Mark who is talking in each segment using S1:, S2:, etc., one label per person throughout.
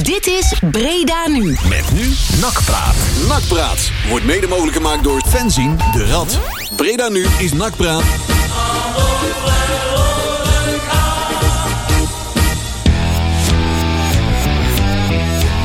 S1: Dit is Breda Nu.
S2: Met nu Nakpraat.
S3: Nakpraat wordt mede mogelijk gemaakt door Fenzin de Rad. Breda nu is Nakpraat.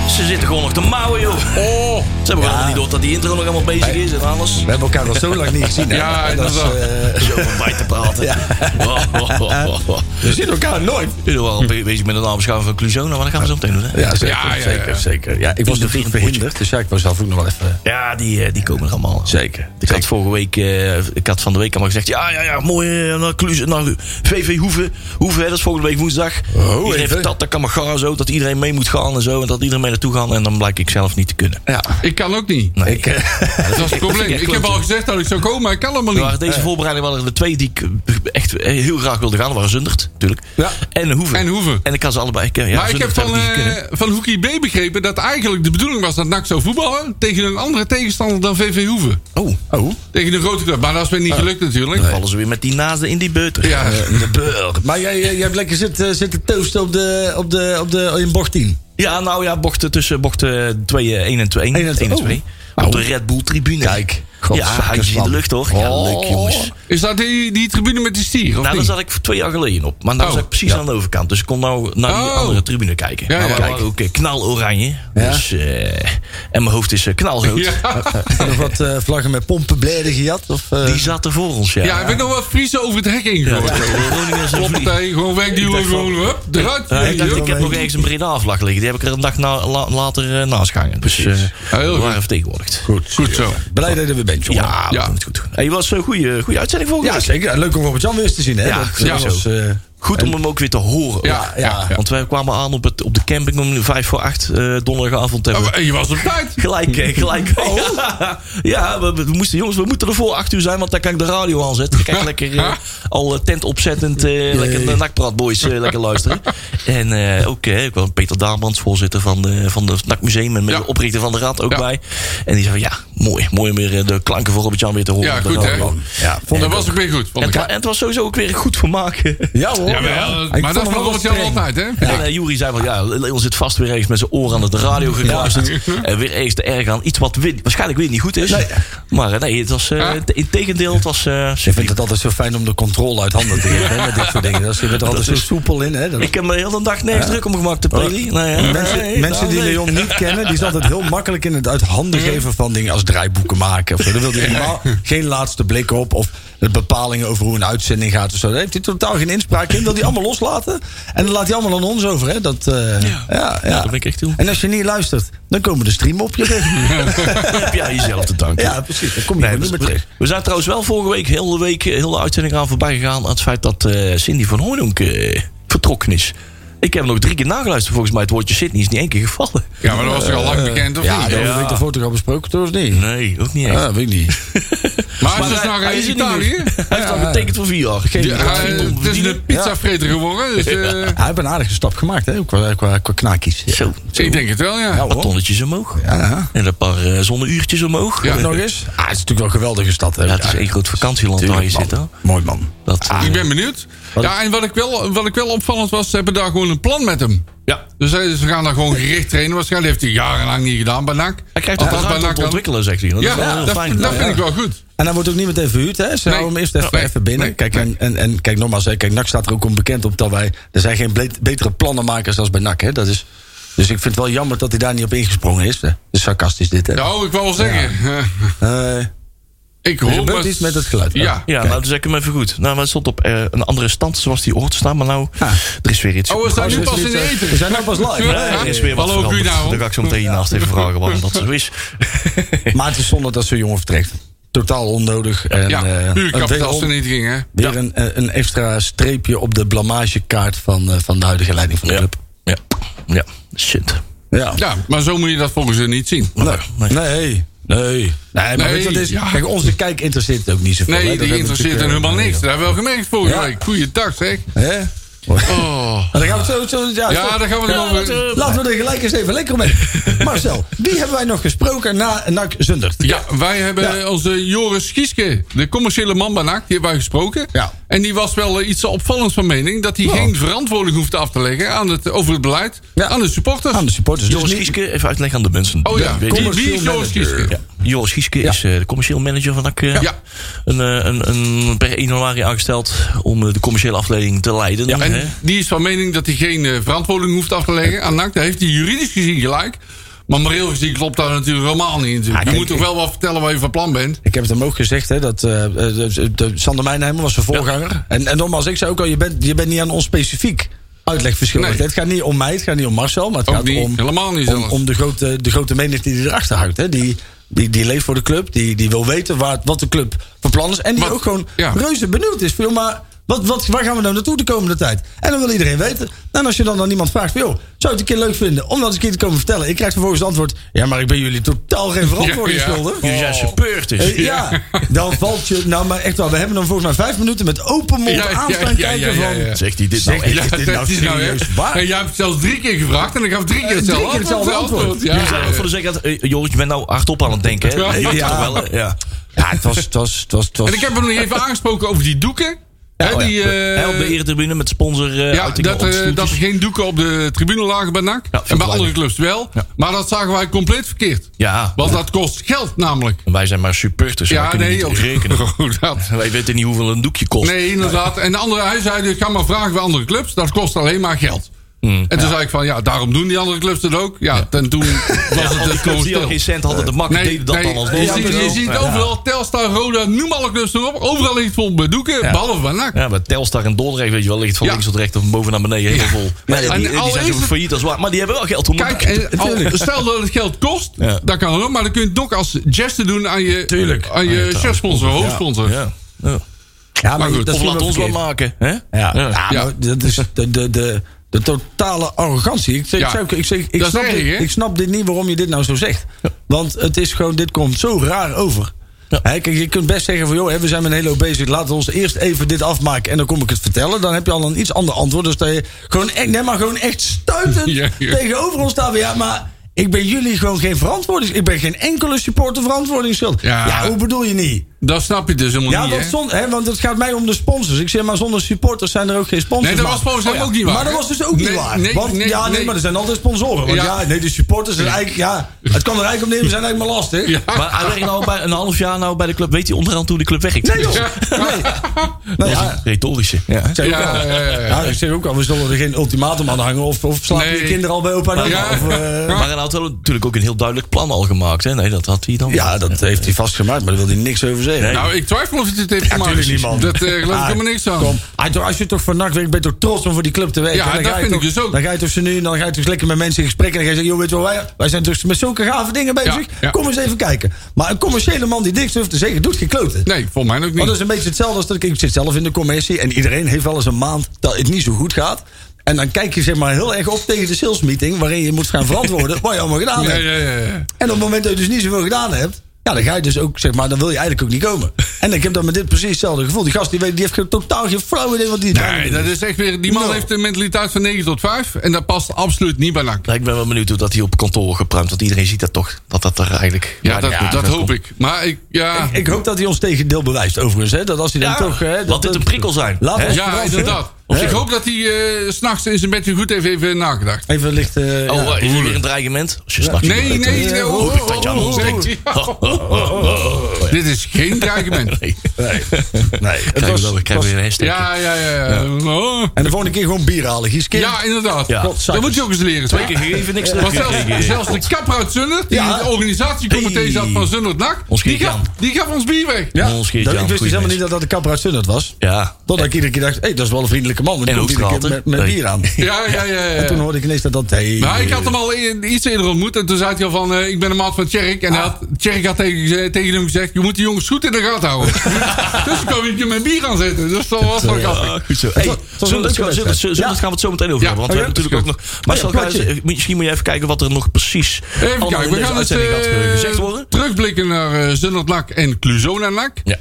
S4: Ze zitten gewoon nog te mouwen, joh.
S5: Oh,
S4: Ze hebben
S2: Ja.
S4: gewoon niet door dat die intro nog allemaal bezig is en alles.
S2: We hebben elkaar al zo lang niet gezien. hè?
S5: Ja, inderdaad.
S2: eh,
S4: Zo om bij te praten.
S2: Ja.
S4: Oh, oh, oh, oh, oh.
S2: we zien elkaar nooit.
S4: Ik ben wel bezig met een nabeschouwing van Cluzona, maar dat gaan we zo meteen doen, hè?
S2: Ja, zeker.
S5: Ja, ja, ja.
S2: zeker, zeker. Ja, ik
S4: Ieder
S2: was natuurlijk
S4: een potje.
S2: verhinderd, dus ja, ik was zelf ook nog wel even...
S4: Ja, die, eh, die komen er allemaal.
S2: Zeker.
S4: Ik had vorige week, eh, ik had van de week allemaal gezegd, ja, ja, ja, mooi, eh, naar Cluj, naar VV Hoeven, Hoeven, hè, dat is volgende week woensdag. iedereen
S2: Oh, even.
S4: vertelt dat kan maar gaan zo, dat iedereen mee moet gaan en zo, en dat iedereen mee naartoe gaat en dan blijk ik zelf niet te kunnen.
S2: Ja,
S5: Ik kan ook niet.
S4: Nee.
S2: ik... eh,
S5: Dat is het
S4: vind ik
S5: probleem.
S4: echt
S5: Ik heb
S4: klote.
S5: al gezegd dat ik zou komen, maar ik kan helemaal
S4: Er
S5: niet.
S4: waren deze voorbereiding waren er de twee die ik eh, echt eh, heel graag wilde gaan. Dat waren Zundert, natuurlijk.
S2: Ja.
S4: En Hoeven.
S5: En Hoeven.
S4: En ik had ze allebei. Ik, eh, ja,
S5: maar ik heb
S4: Zundert
S5: van,
S4: had niet
S5: eh
S4: kunnen.
S5: van Hoekie B begrepen dat eigenlijk de bedoeling was dat NAC zou voetballen tegen een andere tegenstander dan VV Hoeven.
S4: Oh,
S2: oh,
S5: Tegen de grote club. Maar dat is weer niet gelukt natuurlijk.
S4: vallen ze weer met die naasten in die beuter.
S5: Ja.
S2: de burg. Maar jij, jij hebt lekker zitten, zitten toasten op de, op de, op de, in bocht 10.
S4: Ja, nou ja, bochten tussen bochten 2, 1 en 2. 1
S2: en
S4: en 2.
S2: twee. Oh.
S4: Op de Red Bull tribune.
S2: Kijk,
S4: ja,
S2: godzakkers,
S4: hij is in de
S2: man.
S4: lucht toch? Ja,
S2: Oh.
S4: leuk jongens.
S5: Is dat die, die tribune met die stier? Of
S4: Nou, daar
S5: niet?
S4: zat ik twee jaar geleden op. Maar nou
S5: Oh,
S4: zat ik precies aan de overkant. Dus ik kon nou naar die
S5: Oh.
S4: andere tribune kijken.
S5: Ja,
S4: maar
S5: ja.
S4: we waren ook eh, knaloranje. Dus, eh, en mijn hoofd is eh, knalrood.
S5: Ja.
S2: Nog wat eh, vlaggen met pompen, bleden gejat? Of, eh,
S4: Die zaten voor ons, ja.
S5: ja, ik ben nog wat Friese over het hek ingegooid.
S4: Ja, Groningen zijn
S5: Klopt,
S4: vlieg.
S5: hè. gewoon wegduwen,
S4: dacht van-
S5: gewoon hup, eruit.
S4: Ja, ik, dacht,
S2: Ja,
S4: ik heb
S2: ja.
S4: nog ergens een Breda vlag liggen. Die heb ik er een dag na, la- later eh naast gehangen. Dus eh
S5: Ja, heel
S4: we waren
S5: goed.
S4: vertegenwoordigd.
S2: Goed.
S5: Goed zo.
S2: Blij dat je er weer bent, jongen.
S4: Ja,
S5: Ja.
S4: dat moet goed. Hey, was een goede, goede uitzending volgens
S2: Ja,
S4: mij.
S2: zeker. Leuk om Robert Jan weer eens te zien, hè?
S4: Ja,
S2: dat,
S4: ja,
S2: was,
S4: zo.
S2: eh,
S4: Goed om hem ook weer te horen.
S5: Ja,
S4: ook.
S5: ja.
S2: Ja.
S4: Want wij kwamen aan op, het, op de camping om vijf voor acht eh, donderdagavond.
S5: Ja,
S4: Hebben we
S5: maar Je was op tijd.
S4: Gelijk, eh, gelijk.
S5: Oh.
S4: Ja, we, we moesten, jongens, we moeten er voor acht uur zijn, want dan kan ik de radio aanzetten. Dan kan ik lekker eh, al eh, tent opzettend, eh, lekker de Nakpraatboys eh, lekker luisteren. En eh, ook, eh, ik was Peter Daamans, voorzitter van, de, van het Nakmuseum en met
S5: Ja.
S4: de oprichter van de Raad ook
S5: Ja.
S4: bij. En die zei van, ja, mooi, mooi om weer eh, de klanken voor Robert-Jan weer te horen.
S5: Ja,
S4: op de
S5: goed, hè.
S4: radio.
S2: ja, vond
S5: Dat
S2: ik
S5: was ook weer goed,
S4: En,
S5: vond ik.
S4: het wa- en het was sowieso ook weer goed vermaken.
S2: Ja hoor.
S5: Jawel,
S2: Ik
S5: maar
S2: vond
S5: dat
S2: hem
S5: is
S2: wel
S5: Robert Jan
S2: streng.
S5: altijd, hè?
S4: En eh, Jury zei van ja, Leon zit vast weer ergens met zijn oren aan de radio gekluisterd. En weer eens te erg aan iets wat win- waarschijnlijk weer niet goed is. Maar eh, nee, het was eh,
S2: Ah.
S5: Ja.
S4: te- in tegendeel, het was. eh,
S2: Ik vind het altijd zo fijn om de controle uit handen te geven hè, met dit soort dingen. Dat is- je bent er altijd zo
S4: is-
S2: soepel in. Hè? Dat-
S4: ik heb me heel de dag nergens druk om gemaakt, de Peli. Nou ja,
S2: Oh. mensen
S4: nee,
S2: mensen
S4: nou,
S2: die
S4: nee. Mm.
S2: Leon niet kennen, die is altijd heel makkelijk in het uit handen geven van dingen als draaiboeken maken. Of zo. Daar wil hij helemaal geen laatste blik op. Of de bepalingen over hoe een uitzending gaat of zo. Daar heeft hij totaal geen inspraak in. Wil hij allemaal loslaten. En dat laat hij allemaal aan ons over. Hè? Dat, eh, ja. Ja,
S4: daar ben ik echt toe.
S2: En als je niet luistert, dan komen de stream op je rug.
S4: Dat heb jij jezelf te danken.
S2: Ja, precies. Dan kom je
S4: Nee,
S2: niet
S4: we,
S2: meer terug.
S4: we zijn trouwens wel vorige week, heel de week, heel de uitzending aan voorbij gegaan aan het feit dat eh, Cindy van Hooydonk eh, vertrokken is. Ik heb nog drie keer nageluisterd. Volgens mij het woordje Sydney is niet één keer gevallen.
S5: Ja, maar dat was toch al lang bekend, of
S2: Ja,
S5: niet?
S2: dat
S4: Ja.
S2: heb ik de foto al besproken, toch of niet?
S4: Nee, ook niet echt.
S2: Ah, weet ik niet.
S5: Maar ze
S4: Maar
S5: is
S4: hij-
S5: naar
S4: hij
S5: eh,
S4: is er niet
S5: Italië.
S4: meer. Hij heeft al betekend voor vier jaar. Geen
S5: Ja,
S4: idee wat
S5: hij-
S4: vier ton
S5: Het is
S4: verdienen.
S5: een pizzavreter geworden, dus eh,
S2: Hij heeft een aardige stap gemaakt, hè? Qua, qua, qua knaakjes.
S4: Zo,
S5: ik denk het wel, ja.
S2: Ja,
S4: wat
S2: hoor.
S4: tonnetjes omhoog.
S2: ja.
S4: En een paar eh, zonneuurtjes omhoog. Eh,
S5: Ja.
S2: Nog eens? Ah, het is natuurlijk wel een geweldige stad. Hè?
S4: ja, het is één groot vakantieland waar je zit.
S2: Tuurlijk,
S4: Hè?
S2: man. Mooi man. Ah.
S4: Dat, eh,
S5: Ik ben benieuwd. Ja, en wat ik wel, wat ik wel opvallend was, ze hebben daar gewoon een plan met hem.
S4: ja.
S5: Dus hij- ze gaan daar gewoon gericht trainen. Waarschijnlijk heeft hij jarenlang niet gedaan bij NAC.
S4: Hij krijgt ook
S5: Althans,
S4: wel
S5: bij
S4: ruimte om
S5: NAC
S4: te
S5: dan.
S4: ontwikkelen, zegt hij. Dat
S5: Ja,
S4: is wel heel
S5: dat,
S4: fijn.
S5: dat
S4: Ja,
S5: vind
S4: ja.
S5: ik wel goed.
S2: En hij wordt ook niet meteen verhuurd, hè? Ze
S5: Nee.
S2: houden hem eerst even,
S5: Nee.
S2: even binnen.
S5: Nee.
S2: Kijk,
S5: Nee.
S2: en, en, en kijk, nogmaals, hè, kijk, NAC staat er ook onbekend op dat wij... Er zijn geen ble- betere plannenmakers dan bij NAC, hè? Dat is, dus ik vind het wel jammer dat hij daar niet op ingesprongen is. Hè? Dat is sarcastisch dit, hè?
S5: Nou, ik wil wel zeggen. eh,
S2: Eh,
S5: ik
S2: er
S5: hoop
S2: gebeurt
S5: dat-
S2: iets met het geluid. hè?
S5: Ja.
S4: Ja, nou, dus ik hem even goed. Nou, maar stond op eh, een andere stand zoals die oort staan. Maar nou,
S2: Ah.
S4: er is weer iets.
S5: Oh, we zijn nu
S2: Dus
S5: pas in
S2: dit,
S5: de
S2: eh,
S5: eten.
S2: We zijn nou pas live.
S5: Ja.
S2: hè?
S4: er is weer wat
S5: Hallo,
S4: veranderd.
S5: goedenavond.
S4: Dan ga ik zo meteen hiernaast even vragen waarom dat zo is.
S2: Maar het is zonde dat zo'n jongen vertrekt. Totaal onnodig. En, eh,
S5: Ja, puur
S2: en wederom-
S5: kapitaalvernietiging, hè.
S2: Weer een, eh, een extra streepje op de blamagekaart van, eh, van de huidige leiding van de
S4: Ja.
S2: club.
S4: Ja. Ja. Shit.
S2: Ja.
S5: Ja, maar zo moet je dat volgens hen niet zien.
S2: Nee. Nee. Nee. Nee, maar
S5: Nou, Nee,
S2: weet je wat het is?
S5: ja.
S2: Kijk, onze kijk interesseert het ook niet zoveel. hè?
S5: Nee,
S2: Dat
S5: die
S2: hebben we
S5: interesseert hen
S2: natuurlijk,
S5: helemaal
S2: eh,
S5: niks. Dat hebben we wel gemerkt vorige
S2: Ja.
S5: week. Goeiedag, zeg.
S2: Hè?
S5: Oh.
S2: En dan gaan we het zo... zo ja,
S5: Ja,
S2: stop.
S5: daar gaan we
S4: Ja,
S5: nog
S4: dat, eh,
S2: Laten we er gelijk eens even lekker mee. Marcel, wie hebben wij nog gesproken na NAC Zundert?
S5: Ja, wij hebben onze Joris Gieske, de commerciële man bij NAC, die hebben wij gesproken.
S2: Ja.
S5: En die was wel eh, iets opvallends van mening dat hij
S2: Nou.
S5: geen verantwoording hoeft af te leggen aan het, eh, over het beleid
S2: Ja.
S5: aan de supporters.
S2: Aan de supporters.
S4: Joris
S2: Dus niet-
S4: Gieske, even uitleggen aan de mensen.
S5: Oh ja,
S4: Weet
S5: wie,
S4: je-
S5: wie is Joris
S2: commercieel
S5: Gieske?
S4: Ja. Joris Gieske is eh, de commercieel manager van NAC. eh,
S5: Ja.
S4: Een, eh, een, een, per 1 januari aangesteld om eh, de commerciële afdeling te leiden.
S5: Ja,
S4: hè.
S5: en die is van mening dat hij geen eh, verantwoording hoeft af te leggen aan NAC. Daar heeft hij juridisch gezien gelijk. Maar moreel gezien klopt dat natuurlijk helemaal niet. Natuurlijk. je
S2: kijk,
S5: moet toch wel wat vertellen waar je van plan bent.
S2: Ik heb het hem ook gezegd, hè, dat eh, eh, de, de Sander Mijnheimer was zijn voorganger. En, en nogmaals, ik zei ook al, je bent, je bent niet aan ons specifiek uitlegverschil.
S5: Nee.
S2: Het gaat niet om mij, het gaat niet om Marcel, maar het
S5: Ook
S2: gaat
S5: niet,
S2: om,
S5: helemaal niet
S2: om,
S5: zelfs.
S2: om de, grote, de grote menigte die erachter hangt. Hè. Die, die, die leeft voor de club, die, die wil weten waar, wat de club van plan is. En die
S5: Wat-
S2: ook gewoon
S5: ja.
S2: reuze benieuwd is. Van, joh, maar wat, wat, waar gaan we nou naartoe de komende tijd? En dan wil iedereen weten. Nou, En als je dan aan iemand vraagt, van, joh, zou je het een keer leuk vinden om dat eens een keer te komen vertellen? Ik krijg vervolgens het antwoord, ja, maar ik ben jullie totaal geen verantwoording
S5: Ja, ja.
S2: schuldig.
S4: Jullie
S5: Oh.
S4: zijn supporters.
S2: Eh, ja. dan valt je. Nou, maar echt wel. We hebben dan volgens mij vijf minuten met open mond
S5: Ja, ja,
S2: aanstaan
S5: ja, ja,
S2: kijken
S5: ja, ja.
S2: van.
S4: Zegt hij dit nou
S2: Zegt
S4: echt?
S2: hij
S5: Ja,
S2: Is dit nou
S5: dat is nou
S2: serieus
S5: echt.
S2: waar?
S5: En jij hebt zelfs drie keer gevraagd en ik gaf drie keer
S2: Eh, drie
S5: hetzelfde
S2: keer hetzelfde antwoord.
S5: Ja.
S4: Jullie zijn ook voor de zekerheid, eh, Joris, je bent nou hardop aan het denken. Hè?
S5: Ja.
S4: Nee,
S2: Ja.
S4: toch wel, hè? ja.
S2: Ja, het was. Het was, het was, het was
S5: En ik heb hem nog even aangesproken over die doeken. Hè,
S4: Oh ja,
S5: die, eh,
S4: Hij op de eretribune met sponsor. eh,
S5: ja,
S4: uitingen
S5: dat,
S4: op de
S5: eh, dat er
S4: stoeltjes.
S5: geen doeken op de tribune lagen bij NAC.
S4: Ja, vind
S5: en bij
S4: ik
S5: andere
S4: leuk.
S5: clubs wel.
S4: Ja.
S5: Maar dat zagen wij compleet verkeerd.
S4: Ja,
S5: Want dat kost geld namelijk.
S4: wij zijn maar supporters. wij
S5: Ja,
S4: kunnen
S5: nee,
S4: niet
S5: ook
S4: rekenen.
S5: Goed, dat.
S4: Wij weten niet hoeveel een doekje kost.
S5: Nee, inderdaad. En de andere, hij zei, ga maar vragen bij andere clubs. Dat kost alleen maar geld. en toen zei ik van, ja, daarom doen die andere clubs dat ook. Ja, en toen was
S4: Hmm. Ja,
S5: het
S4: al die
S5: dus
S4: clubs
S5: gewoon
S4: die al
S5: stil.
S4: geen cent hadden, de mak deden dat dan alsnog.
S5: je, ziet, je ziet overal Telstar, Roda, noem alle clubs erop. Overal ligt het vol met doeken,
S4: Ja.
S5: behalve bij NAC.
S4: Ja, bij Telstar en Dordrecht weet je wel, ligt het van
S5: Ja.
S4: links tot rechts of boven naar beneden heel veel. Maar ja,
S5: En
S4: die, die
S5: al
S4: zijn
S5: is
S4: zo
S5: het-
S4: failliet als waar. Maar die hebben wel geld om
S5: Kijk,
S4: elkaar.
S5: en al-
S2: Tuurlijk.
S5: stel dat het geld kost,
S4: Ja.
S5: dat kan ook. Maar dan kun je het nog als geste doen aan je,
S2: Tuurlijk.
S5: Aan je chefsponsor, hoofdsponsor.
S4: ja. Ja.
S2: ja,
S5: maar goed,
S2: dat
S4: Of
S2: is
S4: laat ons wat
S2: verkeerd.
S4: maken. Hè?
S2: Ja, ja.
S4: Ja.
S5: Ja.
S2: maar dat is de. de, de de totale arrogantie. Ik, zeg-
S5: Ja.
S2: ik, zeg- ik, zeg- ik,
S5: Dat is
S2: snap
S5: erg,
S2: dit,
S5: hè?
S2: ik snap dit niet waarom je dit nou zo zegt. Want het is gewoon, dit komt zo raar over.
S4: Ja.
S2: Hè, kijk, je kunt best zeggen van joh, hè, we zijn met een hele hoop bezig. Laten we ons eerst even dit afmaken en dan kom ik het vertellen. Dan heb je al een iets ander antwoord. Dus dat je gewoon echt, nee, maar gewoon echt stuitend
S5: Ja, ja.
S2: tegenover ons staat. van, Ja, maar ik ben jullie gewoon geen verantwoording. Ik ben geen enkele supporter verantwoording schuld.
S5: Ja.
S2: ja, hoe bedoel je niet?
S5: Dat snap je dus helemaal
S2: Ja,
S5: niet,
S2: want,
S5: hè?
S2: zon- hè, want het gaat mij om de sponsors. Ik zeg maar, zonder supporters zijn er ook geen sponsors.
S5: Nee, dat was
S2: maar- Oh
S5: volgens hem
S2: ja.
S5: ook niet waar,
S2: Maar dat
S5: hè?
S2: was dus ook
S5: Nee,
S2: niet waar.
S5: nee,
S2: want,
S5: nee,
S2: ja, nee,
S5: nee.
S2: maar er zijn altijd sponsoren. Want
S5: Ja.
S2: ja, nee, de supporters zijn eigenlijk, ja, het kan er eigenlijk om neer, we zijn eigenlijk maar lastig.
S5: Ja.
S4: Maar hij werkt nou bij een half jaar nou bij de club. Weet hij onderhand hoe de club werkt?
S2: Nee, joh. Nee. Nou,
S4: Dat is
S2: ja,
S4: een retorische. Ja.
S2: ik zeg ook
S5: Ja,
S2: al-
S5: ja, ja, ja.
S2: ja, ik zeg ook al, we zullen er geen ultimatum aan hangen. Of, of slapen
S5: Nee.
S2: je kinderen al bij opa en oma,
S5: Ja.
S2: Of, eh,
S4: Maar hij had wel natuurlijk ook een heel duidelijk plan al gemaakt. Hè? Nee, dat had hij dan.
S2: ja, dat eh, heeft hij vastgemaakt, maar daar wil hij niks over zeggen.
S4: Nee.
S5: Nou, ik twijfel of hij het heeft gemaakt.
S2: tuurlijk niet, man.
S5: Dat eh, geloof ik
S2: Ah,
S5: helemaal niks aan.
S2: Kom. Ah, toch, als je toch van nacht werkt, ben je toch trots om voor die club te werken.
S5: Ja,
S2: En dan
S5: dat
S2: ga je
S5: vind ik
S2: toch-
S5: dus ook.
S2: Dan ga je toch ze nu en dan ga je toch lekker met mensen in gesprek. En dan ga je zeggen, joh, weet je wel, wij, wij zijn toch met zulke gave dingen bezig.
S5: ja.
S2: Kom eens even kijken. Maar een commerciële man die niks durft te zeggen, doet geen kloten.
S5: Nee, volgens mij ook niet.
S2: Want Oh, dat is een beetje hetzelfde als dat ik, ik zit zelf in de commissie. En iedereen heeft wel eens een maand dat het niet zo goed gaat. En dan kijk je zeg maar heel erg op tegen de salesmeeting... waarin je moet gaan verantwoorden wat je allemaal gedaan
S5: ja,
S2: hebt.
S5: ja, ja, ja.
S2: En op het moment dat je dus niet zoveel gedaan hebt. Ja, dan ga je dus ook, zeg maar, dan wil je eigenlijk ook niet komen. En ik heb dan met dit precies hetzelfde gevoel. Die gast die, weet, die heeft geen- totaal geen flauw idee wat die
S5: Nee, dat is echt weer. Die man
S2: No.
S5: heeft een mentaliteit van 9 tot 5. En dat past absoluut niet bij NAC.
S4: Nou, ik ben wel benieuwd hoe dat hij op kantoor wordt gepruimd. Want iedereen ziet dat toch. Dat dat er eigenlijk.
S5: Ja, dat, dat hoop ik. Maar ik, ja,
S2: Ik hoop dat hij ons tegendeel bewijst, overigens. Hè? Dat als hij dan
S4: Ja,
S2: toch. Hè, dat
S4: laat dit een prikkel zijn.
S2: Laat
S4: Hè?
S2: ons
S5: ja
S2: verrassen.
S5: inderdaad. Dus ik hoop dat hij eh, 's s'nachts in zijn bedje goed heeft even nagedacht.
S2: Even licht. eh,
S4: Oh,
S2: ja.
S4: eh, is er weer een dreigement? Als je s'nachts
S5: Nee,
S4: niet
S5: nee,
S4: weet, dan-
S5: nee.
S2: eh,
S5: oh,
S2: hoop ik
S5: oh,
S4: dat je aan
S5: oh,
S4: ons
S5: oh,
S4: denkt.
S5: oh. Dit is geen dreigement.
S4: Nee.
S2: Nee. nee. Het
S4: Krijgen we
S2: was-
S4: wel- krijgen we
S2: was-
S4: weer een hashtag.
S5: Ja, ja, ja. Ja, Oh.
S2: en de volgende keer gewoon bier halen. Gieske.
S5: ja inderdaad.
S4: Ja.
S5: Dat moet je ook eens leren.
S4: Twee keer gegeven, niks
S5: Want
S4: teruggekregen.
S5: zelfs, zelfs de kapper uit Zundert, die
S2: Ja.
S5: in het organisatiecomité
S4: Hey.
S5: zat van Zundert NAC,
S4: Ons
S5: die
S4: Geert-Jan.
S5: gaf, die gaf ons bier weg.
S2: Ja.
S4: Ons Geert-Jan,
S2: Dat- ik
S4: goeie
S2: wist dus helemaal
S4: mens.
S2: niet dat dat de kapper uit Zundert was.
S4: Ja.
S2: Totdat ik iedere keer dacht, hé, dat is wel een vriendelijke man. want Die
S4: En
S2: komt iedere keer met,
S4: hoofdstraten.
S2: met
S4: Nee.
S2: bier aan.
S5: Ja, ja, ja. ja,
S2: En toen hoorde ik ineens dat dat. Hey,
S5: Maar ik had hem al e- iets eerder ontmoet.
S4: Ah.
S5: En toen zei hij al van, eh, ik ben een maat van Tjerk. En hij had, Tjerk had tegen, tegen hem gezegd, je moet die jongens goed in de gaten houden. dus dan kom ik je met bier aan zitten. Dus dat was wel grappig.
S4: Ah, goed zo.
S2: was-
S4: Hey,
S2: het was
S4: zullen
S2: een
S4: we- zullen
S2: leuke
S4: we- zullen we-
S2: wedstrijd.
S4: zullen we- gaan we het zo meteen over
S5: Ja,
S4: hebben. Want we
S5: oh ja,
S4: hebben natuurlijk ook nog. Marcel, ga
S2: plotje.
S4: eens- misschien moet je even kijken wat er nog precies.
S5: Even
S4: allemaal in
S5: kijken, we
S4: deze
S5: gaan eens
S4: uitzending gaat, eh,
S5: eh,
S4: gezegd worden.
S5: terugblikken naar eh Zundert-Nak en Cluzona-Nak.
S4: Ja.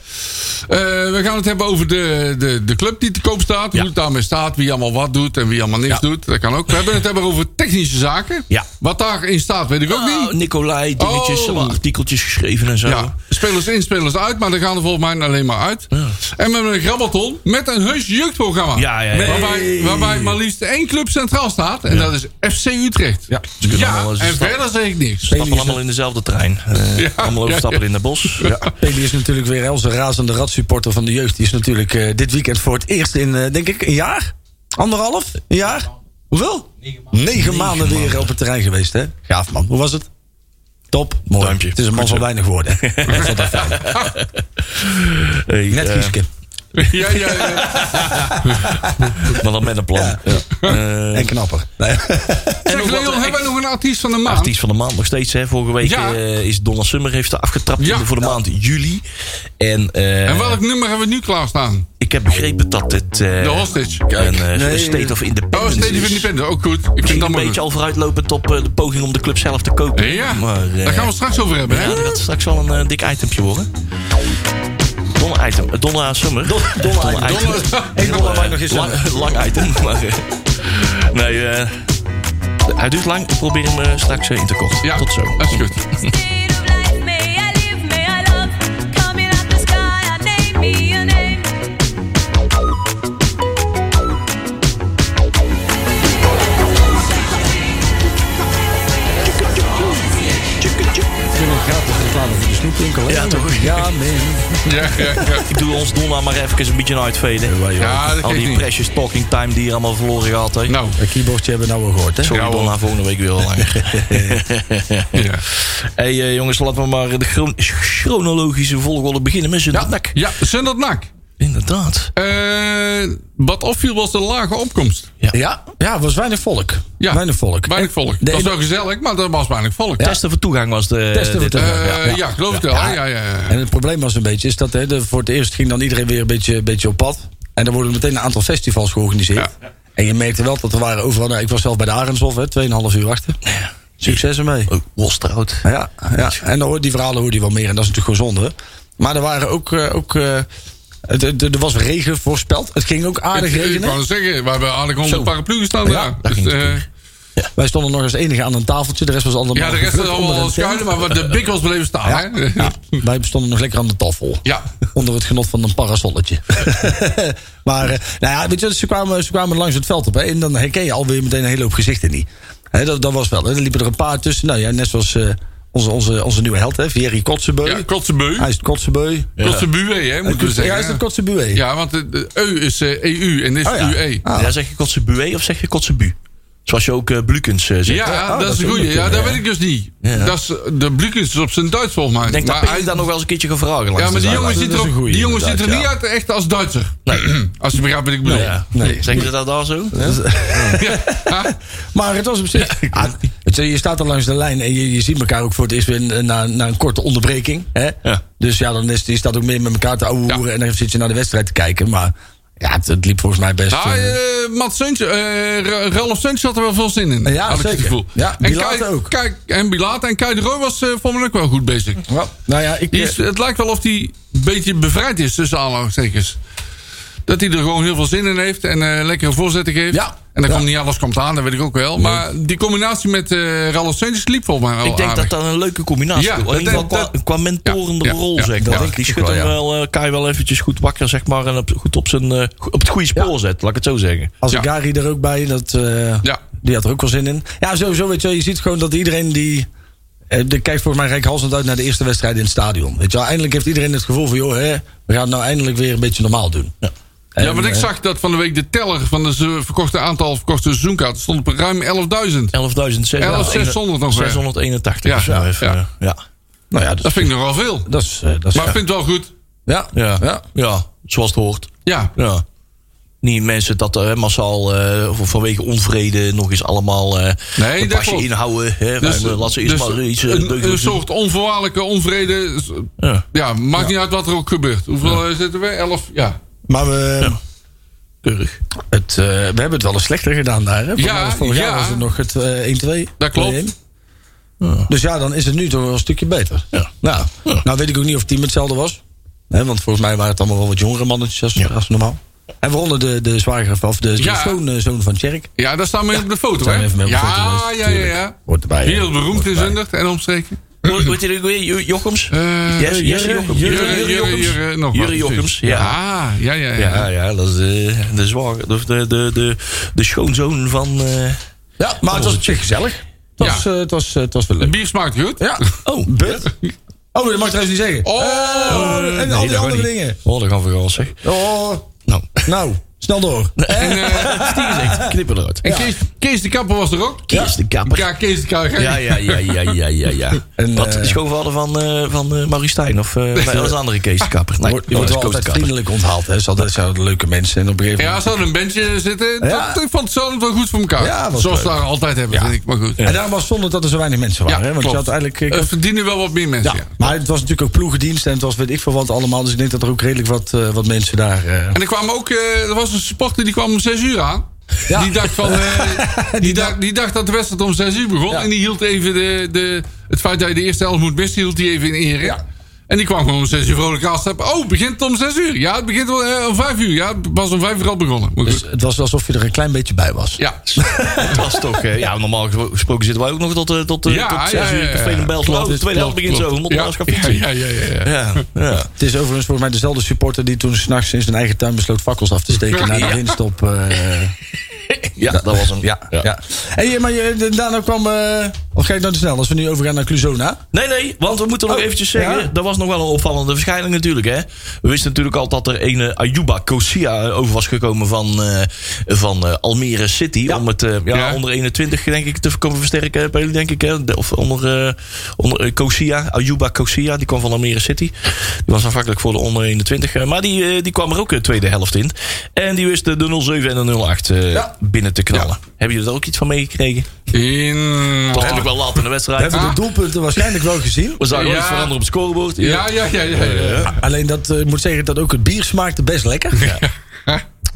S5: Eh, we gaan het hebben over de, de, de club die te koop staat.
S4: Ja.
S5: Hoe het daarmee staat. Wie allemaal wat doet en wie allemaal niks
S4: Ja.
S5: doet. Dat kan ook. We hebben het hebben over technische zaken.
S4: Ja.
S5: Wat daarin staat, weet ik ook
S4: Ah,
S5: niet.
S4: Nicolai, dingetjes,
S5: Oh.
S4: allemaal artikeltjes geschreven en zo.
S5: Ja, spelers in, spelers uit, maar daar gaan er volgens mij alleen maar uit. En we hebben een grabbelton met een heus jeugdprogramma.
S4: Ja, ja, ja.
S5: Waarbij, waarbij maar liefst één club centraal staat. En dat is FC Utrecht.
S4: Ja. Ze kunnen allemaal eens
S5: en
S4: stappen.
S5: verder zeg ik niks.
S4: Stappen allemaal in dezelfde trein. Eh,
S5: Ja,
S4: allemaal
S5: ja,
S4: overstappen
S5: ja.
S4: in het bos. Ja.
S2: Peli is natuurlijk weer onze razende radsupporter van de jeugd. Die is natuurlijk eh, dit weekend voor het eerst in, eh, denk ik, een jaar? Anderhalf? Een jaar? Hoeveel? Negen maanden, weer op het terrein geweest, hè? Gaaf, man. Hoe was het? Top. Mooi.
S4: Duimpje.
S2: Het is een man van weinig woorden. Ik vond dat fijn.
S4: Hey,
S2: Net
S4: eh,
S2: Gieske.
S5: Ja, ja, ja.
S4: maar dan met een plan. Ja. Eh,
S2: en knapper. Nee.
S5: Zeg
S4: nog wat,
S5: Leon,
S4: eh,
S5: hebben we nog een artiest van de maand?
S4: Artiest van de maand nog steeds. Hè. Vorige week
S5: Ja.
S4: eh, is Donna Summer heeft er afgetrapt
S5: Ja.
S4: voor de maand juli. En, eh,
S5: En welk nummer hebben we nu klaarstaan?
S4: ik heb begrepen dat het eh,
S5: De Hostage.
S4: een
S5: Kijk.
S4: eh,
S2: Nee.
S4: state of
S5: Oh,
S4: independence
S5: Steady
S4: is.
S5: Independent. Ook goed. Ik vind
S4: Misschien
S5: dat
S4: een
S5: maar
S4: beetje al
S5: goed.
S4: vooruitlopend op eh, de poging om de club zelf te kopen.
S5: Ja,
S4: maar, eh,
S5: daar gaan we straks over hebben. Hè?
S4: ja, dat gaat straks wel een eh, dik itempje worden. Donna item. eh, Donna Summer. Donna, item.
S2: Ik wil daarbij nog eens
S4: lang,
S2: hebben.
S4: lang item. Maar, eh, nee, eh, hij duurt lang. Ik probeer hem eh, straks eh, in te korten.
S5: Ja,
S4: Tot zo.
S5: dat is goed.
S6: State of life, may I live, may I love. Coming out the sky, I name me a name.
S2: Ik vind het grappig reclame voor de snoepwinkel. hè?
S4: Ja, toch?
S2: Ja, man.
S5: Ja, ja, ja.
S4: Ik doe ons Donna maar even een beetje een uitveden.
S5: Ja, dat
S4: Al
S5: geeft
S4: die
S5: niet.
S4: precious talking time die hier allemaal verloren gehad. Hè.
S5: Nou,
S2: Een keyboardje hebben we nou wel gehoord, hè?
S4: Sorry
S5: Ja, hoor.
S4: Donna, volgende week weer wel langer.
S5: ja.
S4: hey, eh, jongens, laten we maar de chron- chronologische volgorde beginnen met z'n
S5: Ja,
S4: nek.
S5: ja Zundert Nak.
S4: Inderdaad.
S5: Eh, wat opviel was de lage opkomst.
S2: Ja, ja, het was weinig volk.
S5: Ja.
S2: Weinig volk.
S5: Weinig volk.
S2: de
S5: Dat was
S2: ene-
S5: wel gezellig, maar dat was weinig volk. Eh,
S4: Testen voor toegang was de...
S2: Testen voor
S4: dit-
S2: toegang.
S5: Ja,
S2: Ja, ja.
S5: geloof ik wel. Ja, ja, ja.
S2: En het probleem was een beetje, is dat hè, de, voor het eerst ging dan iedereen weer een beetje, een beetje op pad. En dan worden meteen een aantal festivals georganiseerd. En je merkte wel dat er waren overal, nou, ik was zelf bij de Arendshof, hè, 2,5 uur wachten. Succes ermee.
S4: Oh, Wolstrout.
S2: Ja, ja. en dan hoor, die verhalen hoor je wel meer en dat is natuurlijk gewoon zonde. Maar er waren ook, eh, ook eh, het- het- er was regen voorspeld. Het ging ook aardig
S5: Ik- Ik
S2: regenen.
S5: wou zeggen, we hebben aardig onder
S2: Zo.
S5: een paraplu gestaan. Ja,
S2: Ja,
S4: daar
S5: Dus,
S4: ging het
S5: eh,
S4: goed.
S2: Wij stonden nog als enige aan een tafeltje, de rest was allemaal
S5: ja de rest is
S2: gevlucht onder
S5: allemaal
S2: een tent.
S5: schuilen, maar wat de bik was bleven staan. hè?
S2: Ja, wij stonden nog lekker aan de tafel.
S5: Ja.
S2: Onder het genot van een parasolletje. maar eh, nou ja, weet je, ze kwamen, ze kwamen langs het veld op. Hè, en dan herken je alweer meteen een hele hoop gezichten niet. Hè, dat, dat was wel. Hè. Er liepen er een paar tussen. Nou ja, net zoals eh, onze, onze, onze nieuwe held, hè, Vieri Kotsebeu.
S5: Ja, Kotzebue.
S2: Hij is Kotsebeu.
S5: Kotzebue, hè, moeten
S2: Ja,
S5: we
S2: hij is het
S5: zeggen.
S2: Kotsebue.
S5: Ja, want de, de EU is eh, EU en dit is E.
S2: Oh ja.
S5: UE.
S2: Ah.
S4: Ja, zeg je Kotzebue of zeg je Kotzebu? Zoals je ook eh, Blukens eh, zegt.
S5: Ja,
S2: oh,
S5: dat
S2: dat
S5: is een
S2: zou
S5: goeie.
S2: kunnen,
S5: Ja, dat
S2: ja.
S5: weet ik dus niet.
S4: Ja.
S5: Dat is, de Blukens is op zijn Duits volgens mij.
S4: Ik denk dat
S5: maar
S4: Pim dan nog wel eens een keertje gaat vragen. langs
S5: ja,
S4: de
S5: maar die
S4: zijlijn.
S5: jongen ziet er,
S2: is een
S5: ook-
S2: goeie,
S5: die jongen ziet er
S2: inderdaad,
S5: niet uit echt als Duitser. Als je begrijpt wat ik bedoel.
S4: Nee, ja.
S2: Nee.
S4: Zeggen ze dat daar zo?
S2: Maar het was op zich. Ah, het- je staat er langs de lijn en je, je ziet elkaar ook voor het eerst weer na, na een korte onderbreking. Hè?
S4: Ja.
S2: Dus ja, dan is, je staat ook meer met elkaar te ouwehoeren
S5: Ja.
S2: en dan zit je naar de wedstrijd te kijken. Maar ja, het, het liep volgens mij best.
S5: Ja,
S2: eh,
S5: eh, Mats Suntje, eh, Ra- Ralf Suntje had er wel veel zin in.
S2: Ja,
S5: had ik het
S2: zeker.
S5: gevoel.
S2: Ja,
S5: en
S2: Bilate
S5: Kai-
S2: ook.
S5: Kai- en Bilate en Kai de Roo was eh volgens mij ook wel goed bezig.
S2: wel, nou ja, ik,
S5: Die is, eh, het lijkt wel of hij een beetje bevrijd is tussen aanhalingstekens. Dat hij er gewoon heel veel zin in heeft en eh, lekkere voorzetten geeft.
S2: Ja.
S5: En dan
S2: Ja.
S5: komt niet alles komt aan, dat weet ik ook wel. Maar die combinatie met eh Ralf Suntjes liep volgens mij wel
S4: Ik denk dat
S5: aardig.
S4: dat een leuke combinatie
S5: Ja,
S4: is. In ieder geval
S5: dat-
S4: qua,
S5: dat-
S4: qua mentorende
S5: Ja, ja,
S4: rol,
S5: ja,
S4: zeg
S5: dat
S4: maar.
S5: denk
S4: die
S2: ik
S4: schudt
S2: wel,
S4: hem
S2: ja.
S4: wel, eh, Kai wel eventjes goed wakker, zeg maar. En op, goed op, zijn, eh, op het goede spoor zet, laat ik het zo zeggen.
S2: als
S5: ja.
S2: Gary er ook bij, dat, eh,
S5: Ja.
S2: die had er ook wel zin in. Ja, sowieso, weet je, wel, je ziet gewoon dat iedereen die. eh, De kijkt volgens mij reikhalsend uit naar de eerste wedstrijd in het stadion. Weet je wel, eindelijk heeft iedereen het gevoel van... joh, hè, we gaan het nou eindelijk weer een beetje normaal doen. eh,
S5: ja, want ik
S4: eh,
S5: zag dat van de week de teller van de ze- verkochte aantal verkochte seizoenkaarten stond op ruim 11.000.
S4: 11.681.
S5: 11.600 nog weer.
S4: 681
S5: Ja,
S4: of zo. Even,
S5: ja.
S4: ja. Ja.
S2: Nou ja, dat,
S5: Dat vind ik nogal veel.
S2: dat is... eh, dat is
S5: Maar ik vind het wel goed.
S2: ja,
S4: Ja.
S2: ja.
S4: zoals het hoort.
S5: Ja.
S4: Ja. niet mensen dat er massaal eh, vanwege onvrede nog eens allemaal eh
S5: Nee,
S4: een
S5: dat
S4: pasje
S5: klopt.
S4: inhouden. Hè,
S5: Dus-
S4: ruimen, laat ze eerst
S5: dus
S4: maar iets eh,
S5: een,
S4: deugdelijk
S5: een
S4: doen.
S5: soort onvoorwaardelijke onvrede.
S4: Ja.
S5: Ja, maakt niet uit wat er ook gebeurt. Hoeveel eh, zitten we? Elf? Ja.
S2: Maar we,
S4: Keurig.
S2: het, eh, we hebben het wel eens slechter gedaan daar. Hè? Volgens mij was vorig
S5: ja.
S2: jaar was het nog het eh 1-2.
S5: Dat klopt.
S2: 2-1. Dus ja, dan is het nu toch wel een stukje beter.
S4: Ja.
S2: Nou, nou weet ik ook niet of het team hetzelfde was. Hè, want volgens mij waren het allemaal wel wat jongere mannetjes als, als normaal. En waaronder de, de zwager of de, de
S5: Ja.
S2: zoon, eh, zoon van Tjerk.
S5: Ja, daar staan we op de foto,
S2: zijn
S5: hè?
S2: we even mee op de
S5: ja,
S2: foto geweest,
S5: ja, ja,
S2: tuurlijk.
S5: ja.
S2: Hoort erbij. hè?
S5: Heel beroemd
S2: Hoort
S5: in
S2: erbij.
S5: Zundert en omstreken.
S4: Hoe hoe heet hij ook weer? Jo- Jochems?
S5: Eh,
S4: Yes, yes,
S2: Jurre,
S4: Jochems.
S2: Jurre,
S4: Jurre, Jurre
S5: Jurre,
S4: Jochems.
S5: Jurre, nogmaals,
S4: Jurre Jochems,
S5: precies.
S4: ja.
S5: Ah, ja, ja, ja.
S4: Ja, ja, dat is de, de, zwager, de, de, de, de, de schoonzoon van... eh,
S2: Ja, maar het was op zich gezellig. Het was,
S5: Ja.
S2: eh, het was, eh, het was wel
S5: Het
S2: leuk.
S5: bier smaakt goed.
S2: Ja. Oh, but. Oh, dat mag ik trouwens niet zeggen.
S5: Oh,
S2: en al die andere dingen.
S4: Oh, dat gaan we gewoon zeg.
S2: Oh.
S4: Nou,
S2: Nou, snel door.
S5: en, eh,
S4: gezegd, knippen eruit.
S5: en Kees, Kees de Kapper was er ook.
S4: Kees de kapper.
S5: Ja, Kees de Kapper.
S4: Ja, ja, ja, ja, ja, ja, ja.
S2: En,
S4: Wat,
S2: eh,
S4: de schoonvader van, eh van eh, Maurice Stijn of eh nee, dat was een andere Kees de Kapper. Nee,
S2: Je wordt, je wordt
S4: dat
S2: wel
S4: is Koos de
S2: altijd
S4: Kapper.
S2: vriendelijk onthaald. Hè. Ze hadden, ze hadden leuke mensen. En op een gegeven
S5: Ja,
S2: moment...
S5: ze hadden een bandje zitten.
S2: Ja.
S5: Dat, ik vond het zo wel goed voor elkaar.
S2: Ja, was
S5: Zoals ze
S2: leuk.
S5: daar altijd hebben, vind ik. Maar goed.
S2: En daarom was het zonde dat er zo weinig mensen waren. hè, want
S5: klopt.
S2: je had eigenlijk... eh,
S5: Eh, verdienen wel wat meer mensen.
S2: ja.
S5: Ja.
S2: Maar het was natuurlijk ook ploegendienst en het was weet ik veel wat allemaal. Dus ik denk dat er ook redelijk wat, eh, wat mensen daar... eh,
S5: En er kwam ook, eh, er was een supporter die kwam om 6 uur aan. Die, dacht van, eh, die, dacht, die dacht dat de wedstrijd om 6 uur begon. En die hield even de, de, het feit dat je de eerste helft moet missen, hield die even in ere. En die kwam gewoon om 6 uur vrolijk aanstappen. Oh, het begint om 6 uur. Ja, het begint wel, eh, om 5 uur. Ja, het was om 5 uur al begonnen. Maar
S2: dus
S5: goed.
S2: het was alsof je er een klein beetje bij was.
S5: Ja,
S4: Het was toch, eh, ja, normaal gesproken zitten wij ook nog tot, eh, tot, eh,
S5: Ja,
S4: tot zes
S5: ja, ja,
S4: uur.
S5: ja.
S4: Café de Bijl,
S5: Klopt,
S4: geloof ik. de tweede helft
S5: klopt,
S4: begint zo.
S5: klopt.
S4: Omdat we
S5: Ja.
S4: alles gaan fietsen.
S5: Ja, ja, ja, ja.
S4: ja. ja.
S2: Het is overigens volgens mij dezelfde supporter die toen s'nachts in zijn eigen tuin besloot fakkels af te steken. Na de winstop. eh,
S4: Ja, dat was hem.
S2: ja, ja. En je, maar je, daarna kwam. eh, of ga ik nou te snel als we nu overgaan naar Cluzona?
S4: Nee, nee, want we moeten nog eventjes zeggen...
S2: ja?
S4: dat was nog wel een opvallende verschijning natuurlijk, hè. We wisten natuurlijk al dat er een eh, Ayuba Kosia eh, over was gekomen van, eh, van eh, Almere City... om het eh, ja,
S5: Ja.
S4: onder 21, denk ik, te komen versterken eh, bij jullie, denk ik. Hè? De- Of onder, eh, onder eh, Kosia, Ayuba Kosia, die kwam van Almere City. Die was aanvankelijk voor de onder 21, eh, maar die, eh, die kwam er ook de tweede helft in. En die wist de, de 07 en de 08 eh, binnen te knallen. Hebben jullie er ook iets van meegekregen?
S5: In...
S4: Dat was natuurlijk wel laat in de
S2: We
S4: wedstrijd.
S2: hebben
S5: Ah.
S2: de doelpunten waarschijnlijk wel gezien.
S4: We zagen wel
S5: Ja.
S4: iets veranderen op het scorebord.
S5: Ja, ja, ja, ja. ja.
S2: Alleen dat eh, ik moet zeggen dat ook het bier smaakte best lekker.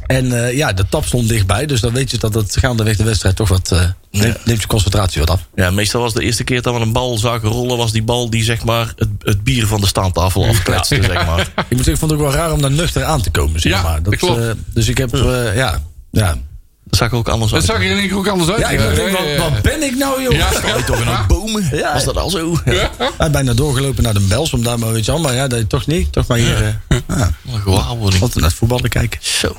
S2: En eh, ja, de tap stond dichtbij. Dus dan weet je dat het gaandeweg de wedstrijd toch wat. eh, neemt, neemt je concentratie wat af.
S4: Ja, meestal was de eerste keer dat we een bal zagen rollen... was die bal die zeg maar het, het bier van de staantafel afkletste, zeg maar.
S2: Ik moet zeggen, ik vond het ook wel raar om daar nuchter aan te komen. Zeg
S5: Ah. Ja,
S2: maar.
S5: dat klopt.
S2: eh, dus ik heb. eh, ja, ja.
S4: Dat zag er ook anders
S5: Dat
S4: uit.
S5: zag er in één keer ook anders uit.
S2: ja, ik denk,
S5: ja, ja,
S2: wat,
S5: ja.
S2: wat ben ik nou, joh?
S5: Ja.
S4: Had je toch in een bomen?
S2: Ja.
S4: Was dat al zo? Ja.
S2: Hij is bijna doorgelopen naar de Bels om daar maar weet je wel, maar ja, dat toch niet. Toch maar hier eh,
S4: Gewaarwording.
S2: wat naar het voetballen kijken.
S4: Zo.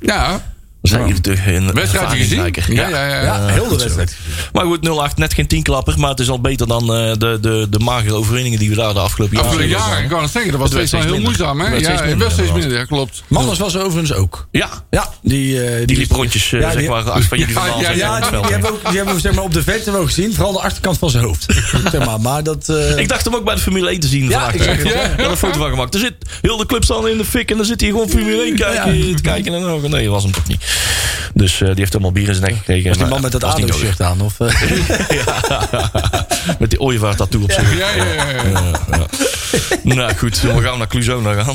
S5: Ja,
S4: We zijn hier terug in
S5: wedstrijd gezien. Ja, ja, ja. ja.
S2: heel de wedstrijd.
S4: Maar goed, 0-8, net geen tienklapper. Maar het is al beter dan eh, de, de, de magere overwinningen... die we daar de afgelopen jaren...
S5: Afgelopen
S4: hebben
S5: jaren, ik
S4: gedaan.
S5: kan het zeggen, dat was
S4: Het werd
S5: steeds wel
S4: steeds
S5: heel
S4: minder.
S5: moeizaam, hè?
S4: Het werd
S5: Ja,
S4: steeds
S5: het
S4: minder,
S5: werd steeds
S4: inderdaad.
S5: minder, ja, klopt.
S2: Manners was er overigens ook.
S4: Ja,
S2: Ja, die, eh,
S4: die liep rondjes, eh,
S2: Ja,
S4: zeg
S2: die-
S4: maar, achter van jullie
S5: Ja,
S4: vandaan.
S5: ja,
S4: zeg maar,
S5: ja,
S4: in
S2: Ja,
S4: het
S2: die,
S4: veld.
S2: die hebben we ook, die hebben we zeg maar, op de verte wel gezien. Vooral de achterkant van zijn hoofd. Zeg maar, maar dat... eh,
S4: Ik dacht hem ook bij de Formule 1 te zien vandaag.
S2: ik zag
S4: Ik
S2: het, ja.
S4: had een foto van gemaakt. Er zit heel de club staan in de fik en dan zit hij gewoon Formule 1 kijken, te kijken. En dan, nee, dat was hem toch niet. Dus eh, die heeft helemaal bier in zijn nek gekregen.
S2: die
S4: Maar,
S2: man met dat
S4: was niet nodig.
S2: ADO-shirt aan. Of, eh,
S4: Met die ooievaar tattoo op zich.
S5: Ja, ja, ja. ja.
S4: Nou goed, we gaan naar Cluzona gaan.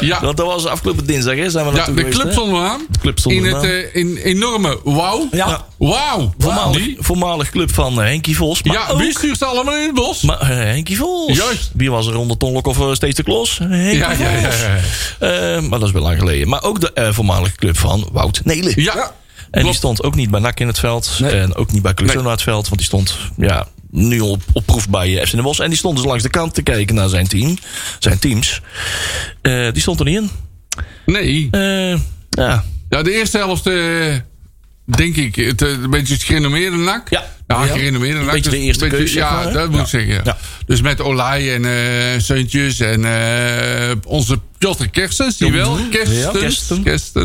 S5: Ja.
S4: Want dat was afgelopen dinsdag, hè? Zijn we
S5: Ja,
S4: naartoe
S5: de
S4: geweest,
S5: club
S4: hè?
S5: stond eraan.
S4: club stond
S5: in het
S4: eraan.
S5: eh, in enorme wauw.
S2: ja.
S5: Wauw.
S4: Voormalig,
S5: Die-
S4: voormalig club van eh, Henkie Vos. Maar
S5: Ja,
S4: ook-
S5: wie stuurt ze allemaal in het bos?
S4: Maar eh, Henkie Vos.
S5: Juist.
S4: Wie was er onder Ton Lokhoff eh, steeds de klos? Henkie
S5: Ja, ja, ja,
S4: Vos.
S5: ja,
S4: Eh, maar dat is wel lang geleden. Maar ook de eh, voormalige club van Wout Nelen.
S5: ja.
S4: En die
S5: Klopt.
S4: stond ook niet bij NAC in het veld.
S2: Nee.
S4: En ook niet bij Cluzona
S5: Nee.
S4: het veld. Want die stond ja, nu op, op proef bij eh, FC Den Bosch. En die stond dus langs de kant te kijken naar zijn, team, zijn teams. Eh, die stond er niet in.
S5: Nee.
S4: Eh, ja.
S5: Ja, de eerste helft, eh, denk ik, het, eh, een beetje het gerenommeerde nak.
S4: Ja.
S5: Ja,
S4: Ja.
S5: gerenommeerde nak.
S4: beetje de
S5: dus
S4: eerste keus, zeg
S5: Ja,
S4: maar, hè?
S5: dat moet ik zeggen. ja.
S4: Ja.
S5: Dus met Olij en eh Seuntjes en eh, onze Piotr Kerstens, die wel. Kerstens.
S4: Kersten.
S5: Kerstens.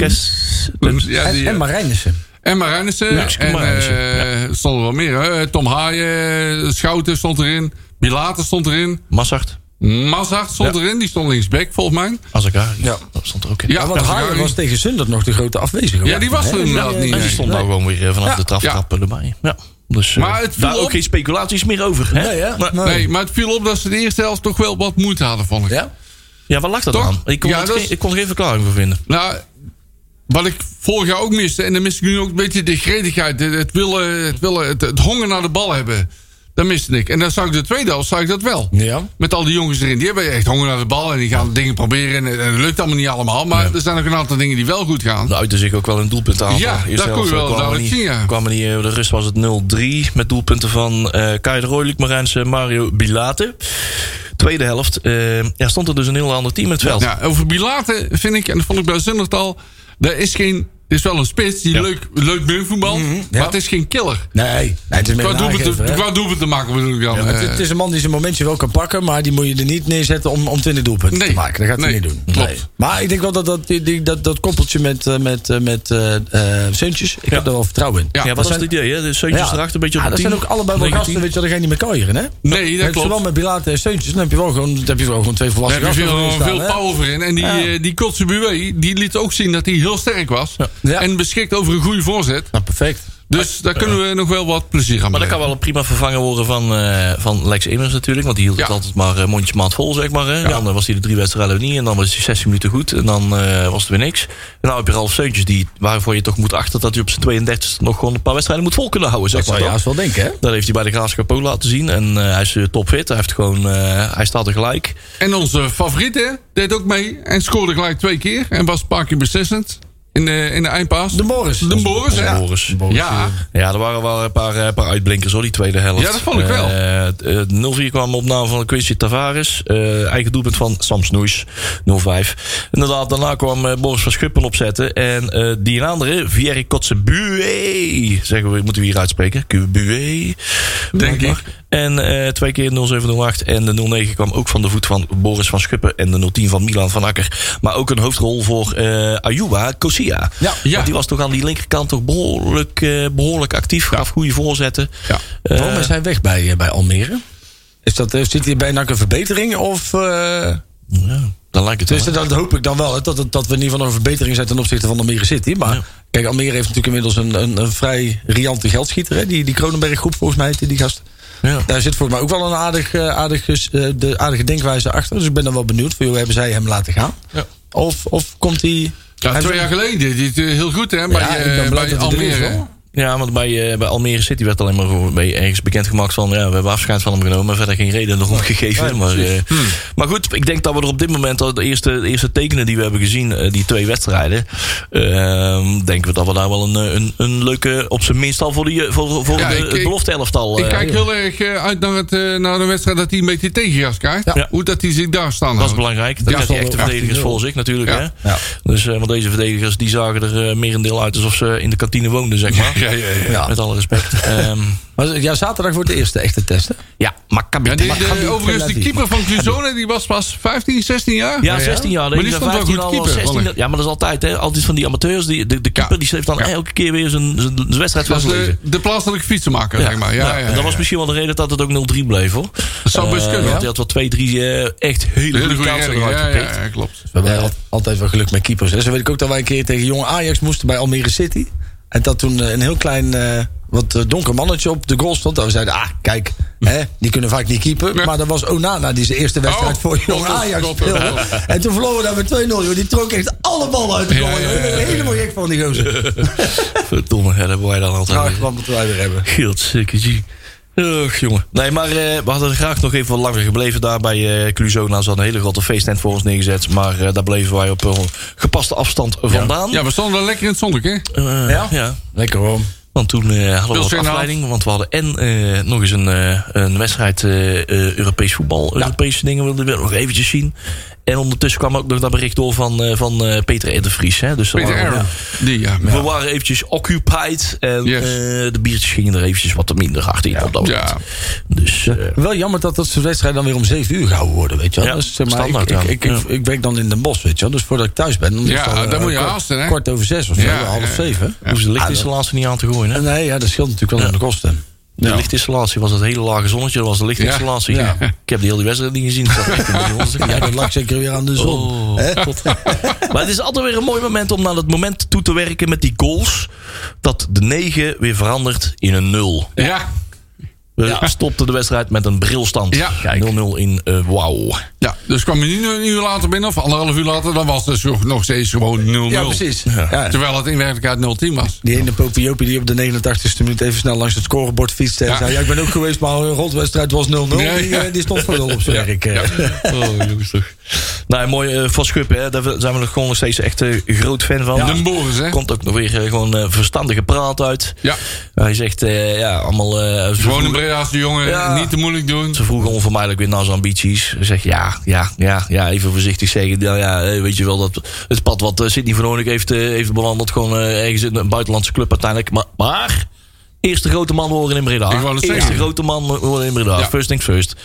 S4: Kersten.
S5: Ja, die, eh,
S2: En, en Marijnissen.
S5: En Marijnissen.
S4: Ja,
S5: en
S4: Marijnissen,
S5: eh, er eh, stonden wel meer. hè. Tom Haaien, Schouten stond erin. Bilater stond erin.
S4: Massart.
S5: Mazart stond erin, die stond linksback volgens mij.
S4: Als ik haar. Ja.
S2: Ja.
S4: Dat stond er ook in.
S5: Ja,
S2: Ja, want
S5: dat-
S2: Haaien was tegen Zundert nog de grote afwezige.
S5: Ja, die was er
S2: Hè?
S5: inderdaad niet.
S4: En
S5: nee.
S4: die stond nou gewoon weer eh, vanaf
S5: Ja,
S4: de traftrap eh, erbij. Ja. Dus, eh,
S5: Maar het viel
S4: daar ook
S5: op-
S4: geen speculaties meer over. Hè?
S2: Nee, hè?
S4: Maar-
S2: Nee.
S5: Nee, maar het viel op dat ze de eerste helft toch wel wat moeite hadden, vond ik.
S2: Ja?
S4: ja, waar lag dat
S5: Toch?
S4: aan? Ik kon,
S5: Ja,
S4: het
S5: dat
S4: geen-
S5: is-
S4: ik kon er geen verklaring voor vinden.
S5: Nou, wat ik vorig jaar ook miste, en dan mis ik nu ook een beetje de gretigheid, het, het willen, het, willen het, het honger naar de bal hebben. Dat miste ik. En dan zou ik de tweede helft, zou ik dat wel.
S2: Ja.
S5: Met al die jongens erin, die hebben echt honger naar de bal en die gaan dingen proberen. En, en het lukt allemaal niet allemaal, maar er zijn ook een aantal dingen die wel goed gaan.
S4: Nou, uitte zich ook wel een doelpunt aan.
S5: Ja, dat kon je wel duidelijk zien, ja.
S4: eh, Kwamen die, eh, de rust was het 0-3 met doelpunten van eh Kai de Roy, Luc Marijns en Mario Bilate. Tweede helft eh, ja, stond er dus een heel ander team in het veld.
S5: Ja, over Bilate vind ik, en dat vond ik bij Zundert al, daar is geen. Het is wel een spits die leuk, leuk meevoetbalt, maar het is geen killer.
S2: Nee, nee, het is meer
S5: Qua
S2: een
S5: doelpunt,
S2: Mhm, aangever,
S5: te,
S2: hè?
S5: qua doelpunt te maken bedoel ik dan.
S2: Ja, maar het,
S5: eh.
S2: het is een man die zijn momentje wel kan pakken, maar die moet je er niet neerzetten om, om 20 doelpunten
S5: Nee.
S2: te maken. Dat gaat hij
S5: Nee,
S2: niet doen.
S5: klopt.
S2: Maar ik denk wel dat dat, die- die- dat, dat koppeltje met, eh, met, eh, met eh eh, Suntjes, ik heb daar wel vertrouwen in.
S5: Ja,
S4: Ja,
S5: dat
S4: wat was
S2: zijn-
S4: het idee? Hè? De Seuntjes erachter een beetje op
S2: Ah,
S4: het
S2: dat
S4: team.
S2: zijn ook allebei wel
S4: Negatief.
S2: gasten, weet je, dat geen niet meer kooieren, hè?
S5: nee, dat
S2: Met- Zowel
S5: klopt.
S2: met Bilater en Steuntjes, dan heb je wel gewoon, dan heb je wel gewoon twee
S5: Daar
S2: volwassen
S5: heb je
S2: gasten.
S5: veel,
S2: erin staan,
S5: veel
S2: hè?
S5: power voor in. En die, eh die Kotze Bué, die liet ook zien dat hij heel sterk was.
S2: Ja.
S5: En beschikt over een goede voorzet.
S2: Nou, perfect.
S5: Dus daar kunnen we nog wel wat plezier aan
S4: Maar dat
S5: beleven.
S4: kan wel een prima vervanger worden van, eh, van Lex Immers natuurlijk. Want die hield het
S5: Ja.
S4: altijd maar eh, mondjesmaat vol, zeg maar. Hè. Dan eh, was hij de drie wedstrijden niet. En dan was hij 16 minuten goed. En dan eh, was het weer niks. En nou heb je Ralf Seuntjes, die, waarvoor je toch moet achter... dat hij op zijn 32e nog gewoon een paar wedstrijden moet vol kunnen houden,
S2: Dat
S4: zeg maar.
S2: zou je
S4: toch?
S2: haast wel denken, hè?
S4: Dat heeft hij bij de Graafschap ook laten zien. En eh, hij is eh, topfit. Hij, heeft gewoon, eh, hij staat er gelijk.
S5: En onze favoriet hè, deed ook mee. En scoorde gelijk twee keer. En was een paar keer beslissend. In de, in de eindpaas.
S2: De Boris.
S5: De Boris,
S4: Onze
S5: ja.
S4: Boris.
S5: Ja,
S4: Ja, er waren wel een paar, eh, paar uitblinkers hoor, die tweede helft.
S5: Ja, dat vond
S4: Eh,
S5: ik wel.
S4: het, eh, 0-4 kwam op naam van Quincy Tavares. Eh, eigen doelpunt van Sam Snoeis, 0-5. Inderdaad, daarna kwam eh, Boris van Schuppen opzetten. En eh, die een andere, Vieri Kotzebue, zeggen we, moeten we hier uitspreken. Bue,
S5: Denk ik.
S4: En eh, twee keer 0708. En de 09 kwam ook van de voet van Boris van Schuppen. En de 010 van Milan van Akker. Maar ook een hoofdrol voor eh Ayuba Kosia.
S2: Ja,
S5: ja.
S4: Want die was toch aan die linkerkant toch behoorlijk, eh, behoorlijk actief. Gaf goede voorzetten.
S5: Ja.
S4: Eh,
S2: Waarom is hij weg bij, eh, bij Almere? Is dat, eh, zit hier bij NAC een verbetering? Of, eh,
S4: ja, dan lijkt het wel,
S2: dus
S4: hè.
S2: dat hoop ik dan wel. hè, Dat, dat, dat we in ieder geval een verbetering zijn ten opzichte van Almere City. Maar kijk, Almere heeft natuurlijk inmiddels een, een, een vrij riante geldschieter. Hè? Die, die Kronenberg groep volgens mij, heet die die gast.
S4: Ja.
S2: Daar zit volgens mij ook wel een aardig, eh, aardig, eh, de aardige denkwijze achter. Dus ik ben dan wel benieuwd. Voor hoe hebben zij hem laten gaan?
S5: Ja.
S2: Of, of komt hij...
S5: ja,
S2: hij-
S5: twee jaar geleden deed hij het eh, heel goed hè, bij,
S2: Ja, ik ben
S5: eh,
S2: blij
S5: bij
S2: dat hij er is,
S5: Almere.
S2: hoor.
S4: Ja, want bij, eh, bij Almere City werd alleen maar voor- bij ergens bekendgemaakt van... ja, we hebben afscheid van hem genomen, maar verder geen reden nog gegeven. maar, eh,
S5: Hmm.
S4: maar goed, ik denk dat we er op dit moment... al de eerste, de eerste tekenen die we hebben gezien, eh, die twee wedstrijden... ehm, denken we dat we daar wel een, eh, een, een leuke... op zijn minst al voor, die, eh, voor, voor
S5: Ja,
S4: de,
S5: ik-
S4: het
S5: ik-
S4: belofte-elftal...
S5: Ik
S4: eh,
S5: kijk heel erg eh, uit naar, het, eh, naar de wedstrijd dat hij een beetje tegengas krijgt.
S4: Ja.
S5: Hoe dat hij zich daar staan
S4: Dat is
S5: houdt.
S4: belangrijk. Dan
S5: Ja,
S4: krijg je echte verdedigers
S2: 18-0.
S4: voor zich natuurlijk.
S5: Ja.
S4: Hè?
S2: Ja.
S4: Dus, eh, want deze verdedigers die zagen er eh, merendeel uit alsof ze in de kantine woonden, zeg maar.
S5: Ja, ja, ja.
S2: Ja.
S4: Met alle respect. Ehm,
S2: Maar, ja, zaterdag wordt de eerste echte test. hè?
S4: ja, Maccabi.
S5: Ja, die,
S4: Tel
S5: de-
S4: Aviv.
S2: Maccabi
S5: overigens,
S2: Tel
S5: die
S2: Aviv.
S5: keeper van Cluzone, die was pas 15, 16 jaar.
S4: Ja, 16 jaar.
S5: Maar die
S4: Deze
S5: stond wel
S4: 15
S5: goed
S4: al,
S5: keeper.
S4: 16
S5: vond ik.
S4: Ja, maar dat is altijd, hè? Altijd van die amateurs. Die, de, de keeper
S5: Ja.
S4: die heeft dan
S5: Ja.
S4: elke keer weer zijn, zijn, zijn wedstrijd
S5: Dat
S4: van
S5: is de, de plaatselijke fietsenmaker, zeg maar. Ja, ja,
S4: en dat
S5: ja.
S4: was misschien wel de reden dat het ook 0-3 bleef, hoor.
S5: Dat zou best
S4: Eh,
S5: kunnen,
S4: Want
S5: ja.
S4: hij had wel 2-3 eh, echt hele
S5: Hele
S4: goede
S5: goede
S4: kansen
S5: redding.
S4: eruit
S5: Ja,
S4: gepikt.
S5: ja, ja, klopt.
S2: We hebben al- altijd wel geluk met keepers. Hè. Zo weet ik ook dat wij een keer tegen jonge Ajax moesten bij Almere City. En dat toen eh, een heel klein, eh, wat eh, donker mannetje op de goal stond. Dat we zeiden, ah, kijk, hè, die kunnen vaak niet keepen.
S5: Hm. Ja.
S2: Maar dat was Onana die zijn eerste wedstrijd
S5: Oh,
S2: voor jonge
S5: klopt,
S2: Ajax
S5: klopt,
S2: speelde.
S5: klopt.
S2: En toen verloren we daar met 2-0. joh. Die trok echt alle ballen uit de
S5: Ja,
S2: goal.
S5: ja,
S2: joh. Ik ben
S5: ja, ja.
S2: helemaal gek van die gozer. Nou,
S4: Verdomme, hè, dat wij dan altijd.
S2: Graag wat moeten wij weer hebben.
S4: Gild, zeker zie. Och, jongen. Nee, maar eh, we hadden graag nog even wat langer gebleven daar bij eh Cluzona. Ze hadden een hele grote feesttent voor ons neergezet. Maar eh, daar bleven wij op een gepaste afstand vandaan.
S5: Ja, we stonden wel lekker in het zonnetje. hè?
S4: Eh,
S2: Ja?
S4: ja.
S2: Lekker hoor.
S4: Want toen eh, hadden we
S5: Pils
S4: wat
S5: in de
S4: afleiding. Want we hadden en eh, nog eens een, eh, een wedstrijd eh, eh, Europees voetbal. Europese dingen wilden we nog eventjes zien. En ondertussen kwam ook nog dat bericht door van, eh, van eh, Peter R. de Vries. Hè? Dus dat
S5: Peter
S4: waren we-
S5: Aaron. Die, ja.
S4: We waren eventjes occupied. En
S5: Yes.
S4: eh, de biertjes gingen er eventjes wat minder hard in op dat moment.
S5: Ja.
S4: Dus... eh,
S2: Wel jammer dat dat soort wedstrijden dan weer om 7 uur gehouden worden, weet je wel.
S4: Ja,
S2: dus, zeg maar,
S4: standaard,
S2: ik,
S4: ja.
S2: ik, ik, ik,
S4: Ja.
S2: ik werk dan in Den Bosch, weet je wel. Dus voordat ik thuis ben, dan is
S5: Ja,
S2: het al,
S5: dan
S2: eh,
S5: moet je
S2: kwart-
S5: haasten, hè?
S2: Kwart over zes of zo,
S5: Ja,
S2: half
S5: ja.
S2: zeven.
S4: Hoe ze licht
S2: Ah,
S4: is
S2: dat-
S4: de laatste niet aan te gooien. Hè?
S2: Nee, ja, dat scheelt natuurlijk wel aan de kosten.
S4: De lichtinstallatie was het hele lage zonnetje. Dat was de lichtinstallatie.
S5: Nou. Ja, ja.
S4: Ik heb die hele wedstrijd niet gezien. Ik zat echt in de zon.
S2: Ja, dat lag zeker weer aan de zon.
S4: Oh,
S2: Hè?
S4: God. Maar het is altijd weer een mooi moment om naar dat moment toe te werken met die goals. Dat de 9 weer verandert in een 0.
S5: Ja.
S4: We stopten de wedstrijd met een brilstand.
S5: Ja.
S4: 0-0 in eh Wauw.
S5: ja. Dus kwam je nu een uur later binnen, of anderhalf uur later, dan was het dus nog steeds gewoon 0-0.
S2: Ja, precies. Ja.
S5: Terwijl het in werkelijkheid 0-10 was.
S2: Die ene Popiopie die op de 89ste minuut even snel langs het scorebord fietste. En
S5: Ja.
S2: zei, ja, ik ben ook geweest, maar een rondwedstrijd was 0-0.
S5: Ja,
S2: Die,
S5: ja.
S2: eh, die stond voor nul op zijn werk. eh.
S5: Oh, jongens toch.
S4: Nou, mooi eh, van Schuppen. Hè. Daar zijn we nog gewoon nog steeds echt eh, groot fan van.
S5: Den Boris, hè?
S4: Komt ook nog weer eh, gewoon eh, verstandige praat uit.
S5: Ja.
S4: Hij zegt, eh, ja, allemaal... eh, ze
S5: Gewoon een
S4: vroegen-
S5: Breda's jongen,
S4: Ja.
S5: niet te moeilijk doen.
S4: ze vroegen onvermijdelijk weer naar zijn ambities. Ze zegt, ja, ja, ja, ja, even voorzichtig zeggen. Ja, ja, eh, weet je wel, dat het pad wat eh, Sidney van Hoornik heeft, eh, heeft bewandeld... gewoon eh, ergens in een buitenlandse club uiteindelijk. Maar, maar eerste grote man worden in Breda.
S5: Ik wou het
S4: eerste
S5: zeggen.
S4: grote man
S2: eh,
S4: worden in Breda.
S5: Ja.
S4: First things first.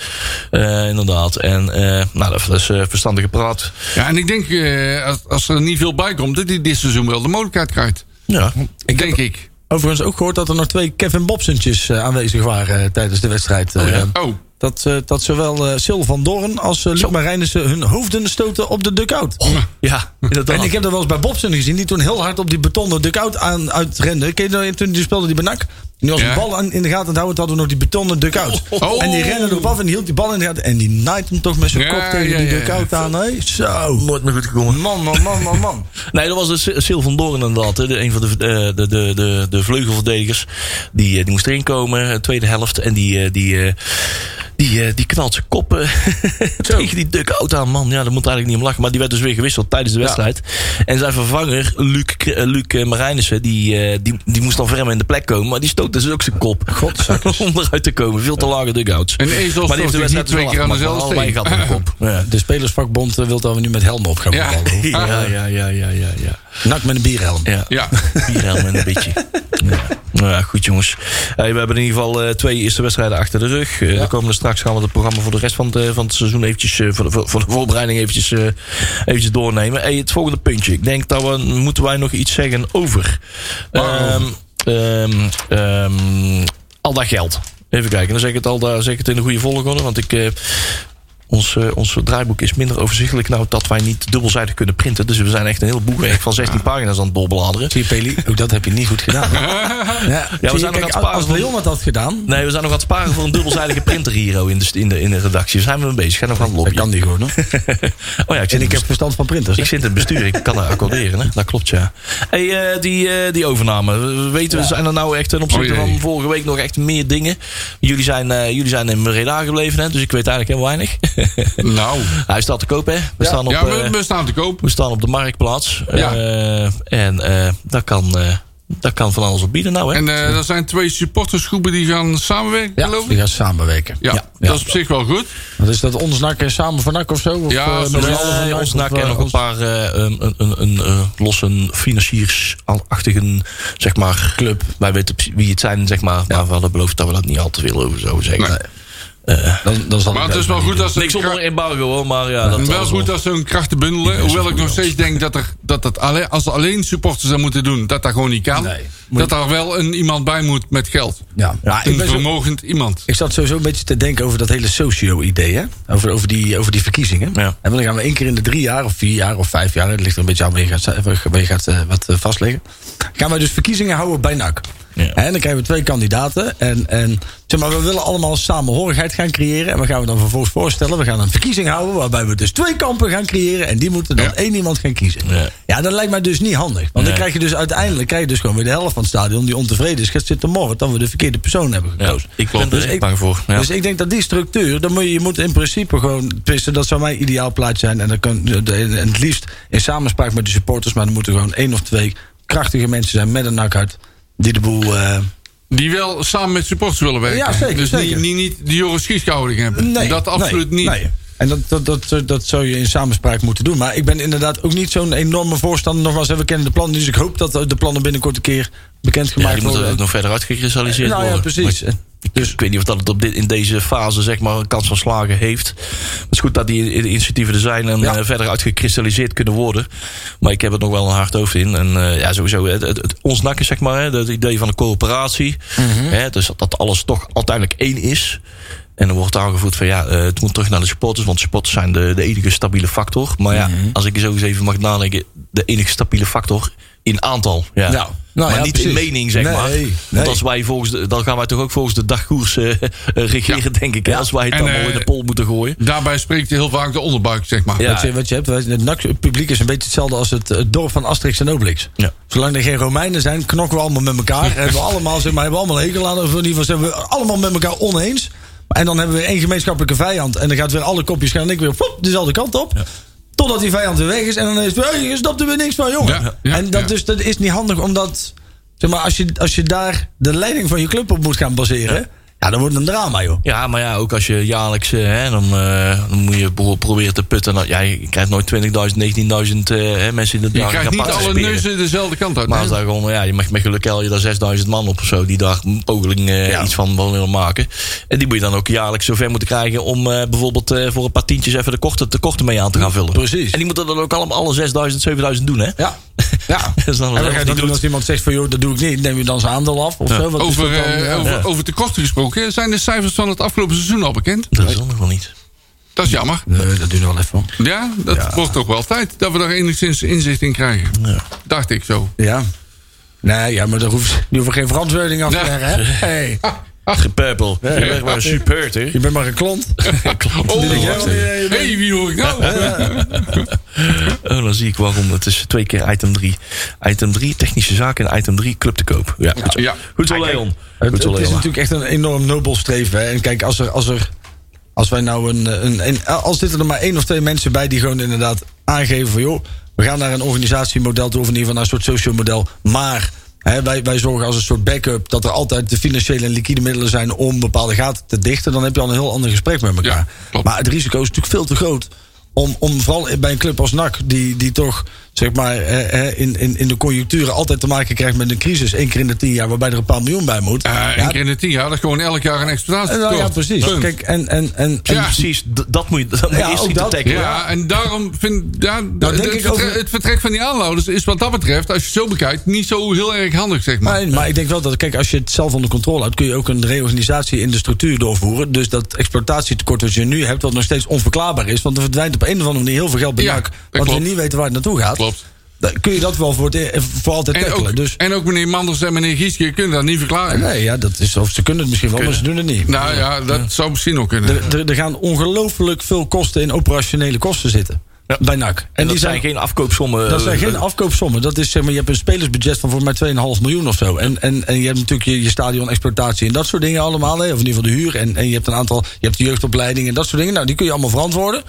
S4: Eh, inderdaad. En eh, nou, dat is eh, verstandige praat.
S5: Ja, en ik denk, eh, als, als er niet veel bij komt, dat hij dit seizoen wel de mogelijkheid krijgt.
S4: Ja,
S5: denk ik.
S2: Overigens ook gehoord dat er nog twee Kevin Bobsentjes eh, aanwezig waren eh, tijdens de wedstrijd. eh.
S5: Oh,
S2: dat, eh, dat zowel eh, Sil van Doorn als eh, Luc Marijnissen hun hoofden stoten op de dugout.
S5: Oh,
S4: ja inderdaad.
S2: En ik heb dat wel eens bij Bobsen gezien, die toen heel hard op die betonnen dugout aan, uitrende. Ken je dat? toen die speelde die bij NAC? En die was
S5: Ja.
S2: een bal aan- in de gaten houden, hadden we nog die betonnen dugout.
S5: Oh.
S2: En die rende erop af en die hield die bal in de gaten. En die naait hem toch met zijn
S5: Ja,
S2: kop tegen
S5: ja,
S2: die
S5: ja, ja.
S2: dugout aan. hè? Zo.
S4: nooit meer goed gekomen.
S2: Man, man, man, man, man.
S4: Nee, dat was dus eh, Sil van Doorn inderdaad. hè. De, een van de, eh, de, de, de, de vleugelverdedigers. Die, eh, die moest erin komen, eh, tweede helft. En die, eh, die, eh, die, eh, die knalt zijn koppen tegen die duck-out aan. Man, ja, daar moet eigenlijk niet om lachen. Maar die werd dus weer gewisseld tijdens de wedstrijd. En zijn vervanger, Luc, K- eh, Luc eh, Marijnissen, die, eh, die, die moest dan voor hem in de plek komen. Maar die stoot dus ook zijn kop. om eruit te komen. Veel te lage duck-outs.
S5: Een ezel
S4: maar die
S5: stoot
S4: heeft de
S5: zich
S4: wedstrijd
S5: niet twee keer aan
S4: dus wel
S5: dezelfde
S4: afgemaakt, maar
S5: steen.
S4: allebei gaat op de kop. Ja.
S2: De spelersvakbond eh, wil dat we nu met helmen op gaan
S5: Ja.
S2: voetballen.
S4: Ja, ja, ja, ja, ja, ja.
S2: Nak met een bierhelm.
S4: ja.
S5: ja.
S4: Bierhelm en een beetje. Ja. Nou ja, goed jongens. Hey, we hebben in ieder geval eh, twee eerste wedstrijden achter de rug. Eh De komende straks gaan we het programma voor de rest van het, eh, van het seizoen eventjes, eh, voor, de, voor- voor de voorbereiding eventjes, eh, eventjes doornemen. Hey, het volgende puntje. Ik denk dat we, moeten wij nog iets zeggen over. Ehm ehm, ehm, al dat geld. Even kijken, dan zeg ik het al daar, zeg ik het in de goede volgorde. Want ik, eh, ons, eh, ons draaiboek is minder overzichtelijk nou dat wij niet dubbelzijdig kunnen printen. Dus we zijn echt een heel boekwerk van 16 pagina's aan het doorbladeren.
S2: Zie je, Peli, ook dat heb je niet goed gedaan. Ja, Zie je,
S4: zijn nog aan het
S2: kijk,
S4: sparen
S2: als
S4: voor-
S2: Leon het had gedaan,
S4: Nee, we zijn nog aan het sparen voor een dubbelzijdige printer hier oh, in de, in de, in de redactie. Daar zijn we mee bezig. Gaan nog aan het
S2: dan
S4: lobbyen.
S2: kan die gewoon. hoor.
S4: oh ja, ik zit,
S2: En
S4: in
S2: ik heb
S4: het
S2: verstand van printers. hè?
S4: ik zit in het bestuur. Ik kan daar accorderen. Hè? Dat klopt, ja. Hey, eh, die, eh, die overname. We Weten we, zijn er nou echt ten opzichte
S5: Oh, jee.
S4: van vorige week nog echt meer dingen? Jullie zijn, eh, jullie zijn in Merida gebleven, hè? dus ik weet eigenlijk heel weinig.
S5: Nou,
S4: Hij staat te koop, hè? We, staan, op,
S5: ja, we,
S4: eh,
S5: we staan te koop.
S4: we staan op de marktplaats.
S5: Ja.
S4: Eh, en eh dat, kan, eh, dat kan van alles op bieden, nou, hè?
S5: En eh er zijn twee supportersgroepen die gaan samenwerken,
S2: Ja,
S5: geloof
S2: die
S5: ik.
S2: gaan samenwerken.
S5: Ja, dat is op zich wel goed.
S2: Wat is dat? Ons nak en samen van nak of zo? Of,
S5: Ja,
S2: eh,
S5: zo
S2: met
S5: is
S2: z'n
S5: het.
S2: allen van
S4: Eh,
S2: Nak
S4: ons
S2: of,
S4: NAC en
S2: eh,
S4: nog een paar eh, een, een, een, een, eh, losse financiersachtigen, zeg maar, club. Wij weten precies wie het zijn, zeg maar. Maar we hadden beloofd dat we dat niet al te veel over zo zeggen. Eh,
S5: Nee.
S2: Dan, dan zal
S5: Maar
S2: ik
S5: het
S2: dat
S5: is wel
S2: doen.
S5: goed dat ze
S4: Niks
S5: hun
S4: onder
S5: kra-
S4: embargo, hoor, maar ja. Dat
S5: wel
S4: was
S5: goed dat ze hun krachten bundelen. Hoewel ik nog steeds denk dat, er, dat het alleen, als er alleen supporters dat moeten doen, dat dat gewoon niet kan.
S2: Nee.
S5: dat daar wel een iemand bij moet met geld.
S2: Ja. Maar ik,
S5: Een
S2: ben zo-
S5: vermogend iemand.
S2: ik zat sowieso een beetje te denken over dat hele socio-idee. hè? Over, over, die, over die verkiezingen.
S4: Ja.
S2: En dan gaan we één keer in de drie jaar of vier jaar of vijf jaar. Het ligt er een beetje aan waar je gaat, waar je gaat eh, wat eh, vastleggen. Gaan wij dus verkiezingen houden bij NAC.
S4: Ja.
S2: En dan krijgen we twee kandidaten. En, en zeg maar, we willen allemaal samenhorigheid gaan creëren. En wat gaan we dan vervolgens voorstellen? We gaan een verkiezing houden waarbij we dus twee kampen gaan creëren. En die moeten dan
S5: Ja.
S2: één iemand gaan kiezen.
S4: Ja.
S2: Ja. dat lijkt mij dus niet handig. Want
S4: Nee.
S2: dan krijg je dus uiteindelijk krijg je dus gewoon weer de helft van het stadion die ontevreden is. Gaat zitten morgen dat we de verkeerde persoon hebben
S4: Ja,
S2: gekozen.
S4: ik ben
S2: Dus
S4: er echt
S2: ik-
S4: bang voor. Ja.
S2: Dus ik denk dat die structuur, dan moet je, je moet in principe gewoon, tenminste, dat zou mijn ideaal plaatje zijn. En, dan kan, en het liefst in samenspraak met de supporters, maar er moeten gewoon één of twee krachtige mensen zijn met een nakhart die de boel. eh,
S5: Die wel samen met supporters willen werken.
S2: Ja, zeker,
S5: dus
S2: zeker.
S5: Niet, niet, niet die Joris Schietschouwing hebben.
S2: nee,
S5: dat absoluut
S2: nee,
S5: niet.
S2: nee. En dat, dat, dat, dat zou je in samenspraak moeten doen. Maar ik ben inderdaad ook niet zo'n enorme voorstander. Nogmaals, hè, we kennen de plannen, dus ik hoop dat de plannen binnenkort een keer bekendgemaakt
S4: Ja, die moeten
S2: worden.
S4: nog verder uitgekristalliseerd
S2: nou ja,
S4: worden.
S2: precies.
S4: Maar- Dus ik weet niet of dat het op dit, in deze fase zeg maar, een kans van slagen heeft. Maar het is goed dat die i- initiatieven er zijn en eh, verder uitgekristalliseerd kunnen worden. Maar ik heb er nog wel een hard hoofd in. En eh, ja, sowieso, het, het, het- ons nakken, zeg maar, hè, dat idee van een coöperatie.
S2: Mhm.
S4: Hè, dus dat, dat alles toch uiteindelijk één is. En dan wordt aangevoerd van ja, eh, het moet terug naar de supporters. Want supporters zijn de, de enige stabiele factor. Maar
S2: Mhm.
S4: ja, als ik zo eens even mag nadenken, de enige stabiele factor in aantal. Ja.
S2: Ja. Nou
S4: maar
S2: ja,
S4: niet in
S2: precies.
S4: mening, zeg
S2: Nee,
S4: maar.
S2: nee.
S4: Want als wij volgens de- dan gaan wij toch ook volgens de dagkoers eh, eh, regeren, denk ik. hè, Als wij het
S5: En,
S4: allemaal in
S5: eh,
S4: de pol moeten gooien.
S5: Daarbij spreekt heel vaak de onderbuik, zeg maar.
S4: Ja.
S2: Wat, je, wat je hebt, wij- het NAC publiek is een beetje hetzelfde als het, het dorp van Asterix en Obelix.
S4: Ja.
S2: Zolang er geen Romeinen zijn, knokken we allemaal met elkaar. hebben we allemaal, zeg maar, hebben we allemaal hekel aan. Of in ieder geval zijn we allemaal met elkaar oneens. En dan hebben we één gemeenschappelijke vijand. En dan gaat weer alle kopjes gaan en ik weer pop, dezelfde kant op. Totdat die vijand weer weg is. En dan is het, hey, je snapt er weer niks van, jongen.
S5: Ja, ja,
S2: en dat,
S5: ja.
S2: dus, dat is niet handig, omdat zeg maar, als, je, als je daar de leiding van je club op moet gaan baseren. Ja, dan wordt het een drama, joh.
S4: Ja, maar ja, ook als je jaarlijks, eh, hè, dan, eh, dan moet je pro- proberen te putten. Nou, ja, je krijgt nooit 20.000, 19.000 eh, hè, mensen die dat
S5: Je krijgt niet alle neuzen dezelfde kant uit.
S4: Maar
S5: hè?
S4: als daar gewoon, ja, je mag met geluk hel je daar 6000 man op of zo die daar een poging eh, iets van wel willen maken. En die moet je dan ook jaarlijks zover moeten krijgen om eh, bijvoorbeeld eh, voor een paar tientjes even de korte, de korte mee aan te gaan vullen.
S2: Precies.
S4: En die moeten dan ook allemaal alle 6000, 7000 doen, hè?
S2: Ja. ja.
S4: Dat is dan
S2: En
S4: wel
S2: dan ga
S4: die
S2: je dat doen
S4: doet.
S2: als iemand zegt van joh, dat doe ik niet. Neem je dan zijn aandeel af of zo? Wat is
S5: Over,
S2: dat dan?
S5: eh,
S2: Ja.
S5: over, over tekorten gesproken, zijn de cijfers van het afgelopen seizoen al bekend?
S4: Dat is dan nog wel niet.
S5: Dat is jammer.
S2: Nee, dat duurt nog wel even.
S5: Ja, dat wordt toch wel tijd dat we daar enigszins inzicht in krijgen. Dacht ik zo.
S2: Ja. Nee, ja, maar daar hoeft, je hoeft geen verantwoording af te
S5: Nee.
S2: leggen, hè? Hey,
S4: Purple. Je bent maar een supporter.
S2: je bent maar een klont.
S5: Oh,
S2: denk jij wel,
S5: hé, hey, wie hoor ik nou?
S4: Oh, dan zie ik waarom. Het is twee keer item 3. Item 3, technische zaken. En item 3, club te koop. Ja, goed zo.
S5: Ja.
S4: Goed zo, Leon.
S2: Het,
S4: Goed zo,
S2: het is
S4: Leon.
S2: natuurlijk echt een enorm nobel streven. Hè? En kijk, als er. Als er als wij nou een, een, een- Als zitten er maar één of twee mensen bij die gewoon inderdaad aangeven van joh, we gaan naar een organisatiemodel toe, of in ieder geval naar een soort social model. Maar hè, wij, wij zorgen als een soort backup dat er altijd de financiële en liquide middelen zijn om bepaalde gaten te dichten. Dan heb je al een heel ander gesprek met elkaar.
S5: Ja, klopt.
S2: maar het risico is natuurlijk veel te groot. Om, om vooral bij een club als NAC, die, die toch zeg maar, hè, hè, in, in, in de conjuncturen altijd te maken krijgt met een crisis. één keer in de tien jaar, waarbij er een paar miljoen bij moet.
S5: Eh,
S2: Ja,
S5: één keer in de tien jaar, dat is gewoon elk jaar een exploitatie.
S2: eh, nou ja, precies. Kijk, en, en, en, en-
S5: Ja.
S4: Precies, d- dat moet je dat moet je
S2: Ja,
S4: eerst
S2: ook
S4: zien te
S2: dat.
S4: tackelen.
S5: Ja, en daarom vind ja,
S2: Nou, denk
S5: het,
S2: ik
S5: vertrek,
S2: over-
S5: het vertrek van die aanhouders is wat dat betreft, als je het zo bekijkt, niet zo heel erg handig, zeg maar.
S2: Nee, maar ik denk wel dat, kijk, als je het zelf onder controle houdt, kun je ook een reorganisatie in de structuur doorvoeren. Dus dat exploitatietekort wat je nu hebt, wat nog steeds onverklaarbaar is, want er verdwijnt op een of andere manier heel veel geld bij
S5: Ja,
S2: NAC,
S5: dat
S2: want we
S5: klopt.
S2: niet weten waar het naartoe gaat.
S5: Klopt.
S2: Dan kun je dat wel voor, het, e- voor altijd
S5: En
S2: tackelen.
S5: ook,
S2: Dus,
S5: en ook meneer Manders en meneer Gieske kunnen dat niet verklaren.
S2: Ah, nee, ja, dat is, of ze kunnen het misschien wel, maar ze doen het niet.
S5: Nou ja, dat zou misschien ook kunnen.
S2: Er, er, er gaan ongelooflijk veel kosten in operationele kosten zitten bij NAC. En,
S4: En dat zijn geen afkoopsommen.
S2: Dat zijn
S4: eh,
S2: geen afkoopsommen. Dat is, zeg maar, je hebt een spelersbudget van volgens mij 2,5 miljoen of zo. En, en, en je hebt natuurlijk je, je stadion-exploitatie en dat soort dingen allemaal. Hè? Of in ieder geval de huur. En, en je hebt een aantal. Je hebt de jeugdopleiding en dat soort dingen. Nou, die kun je allemaal verantwoorden.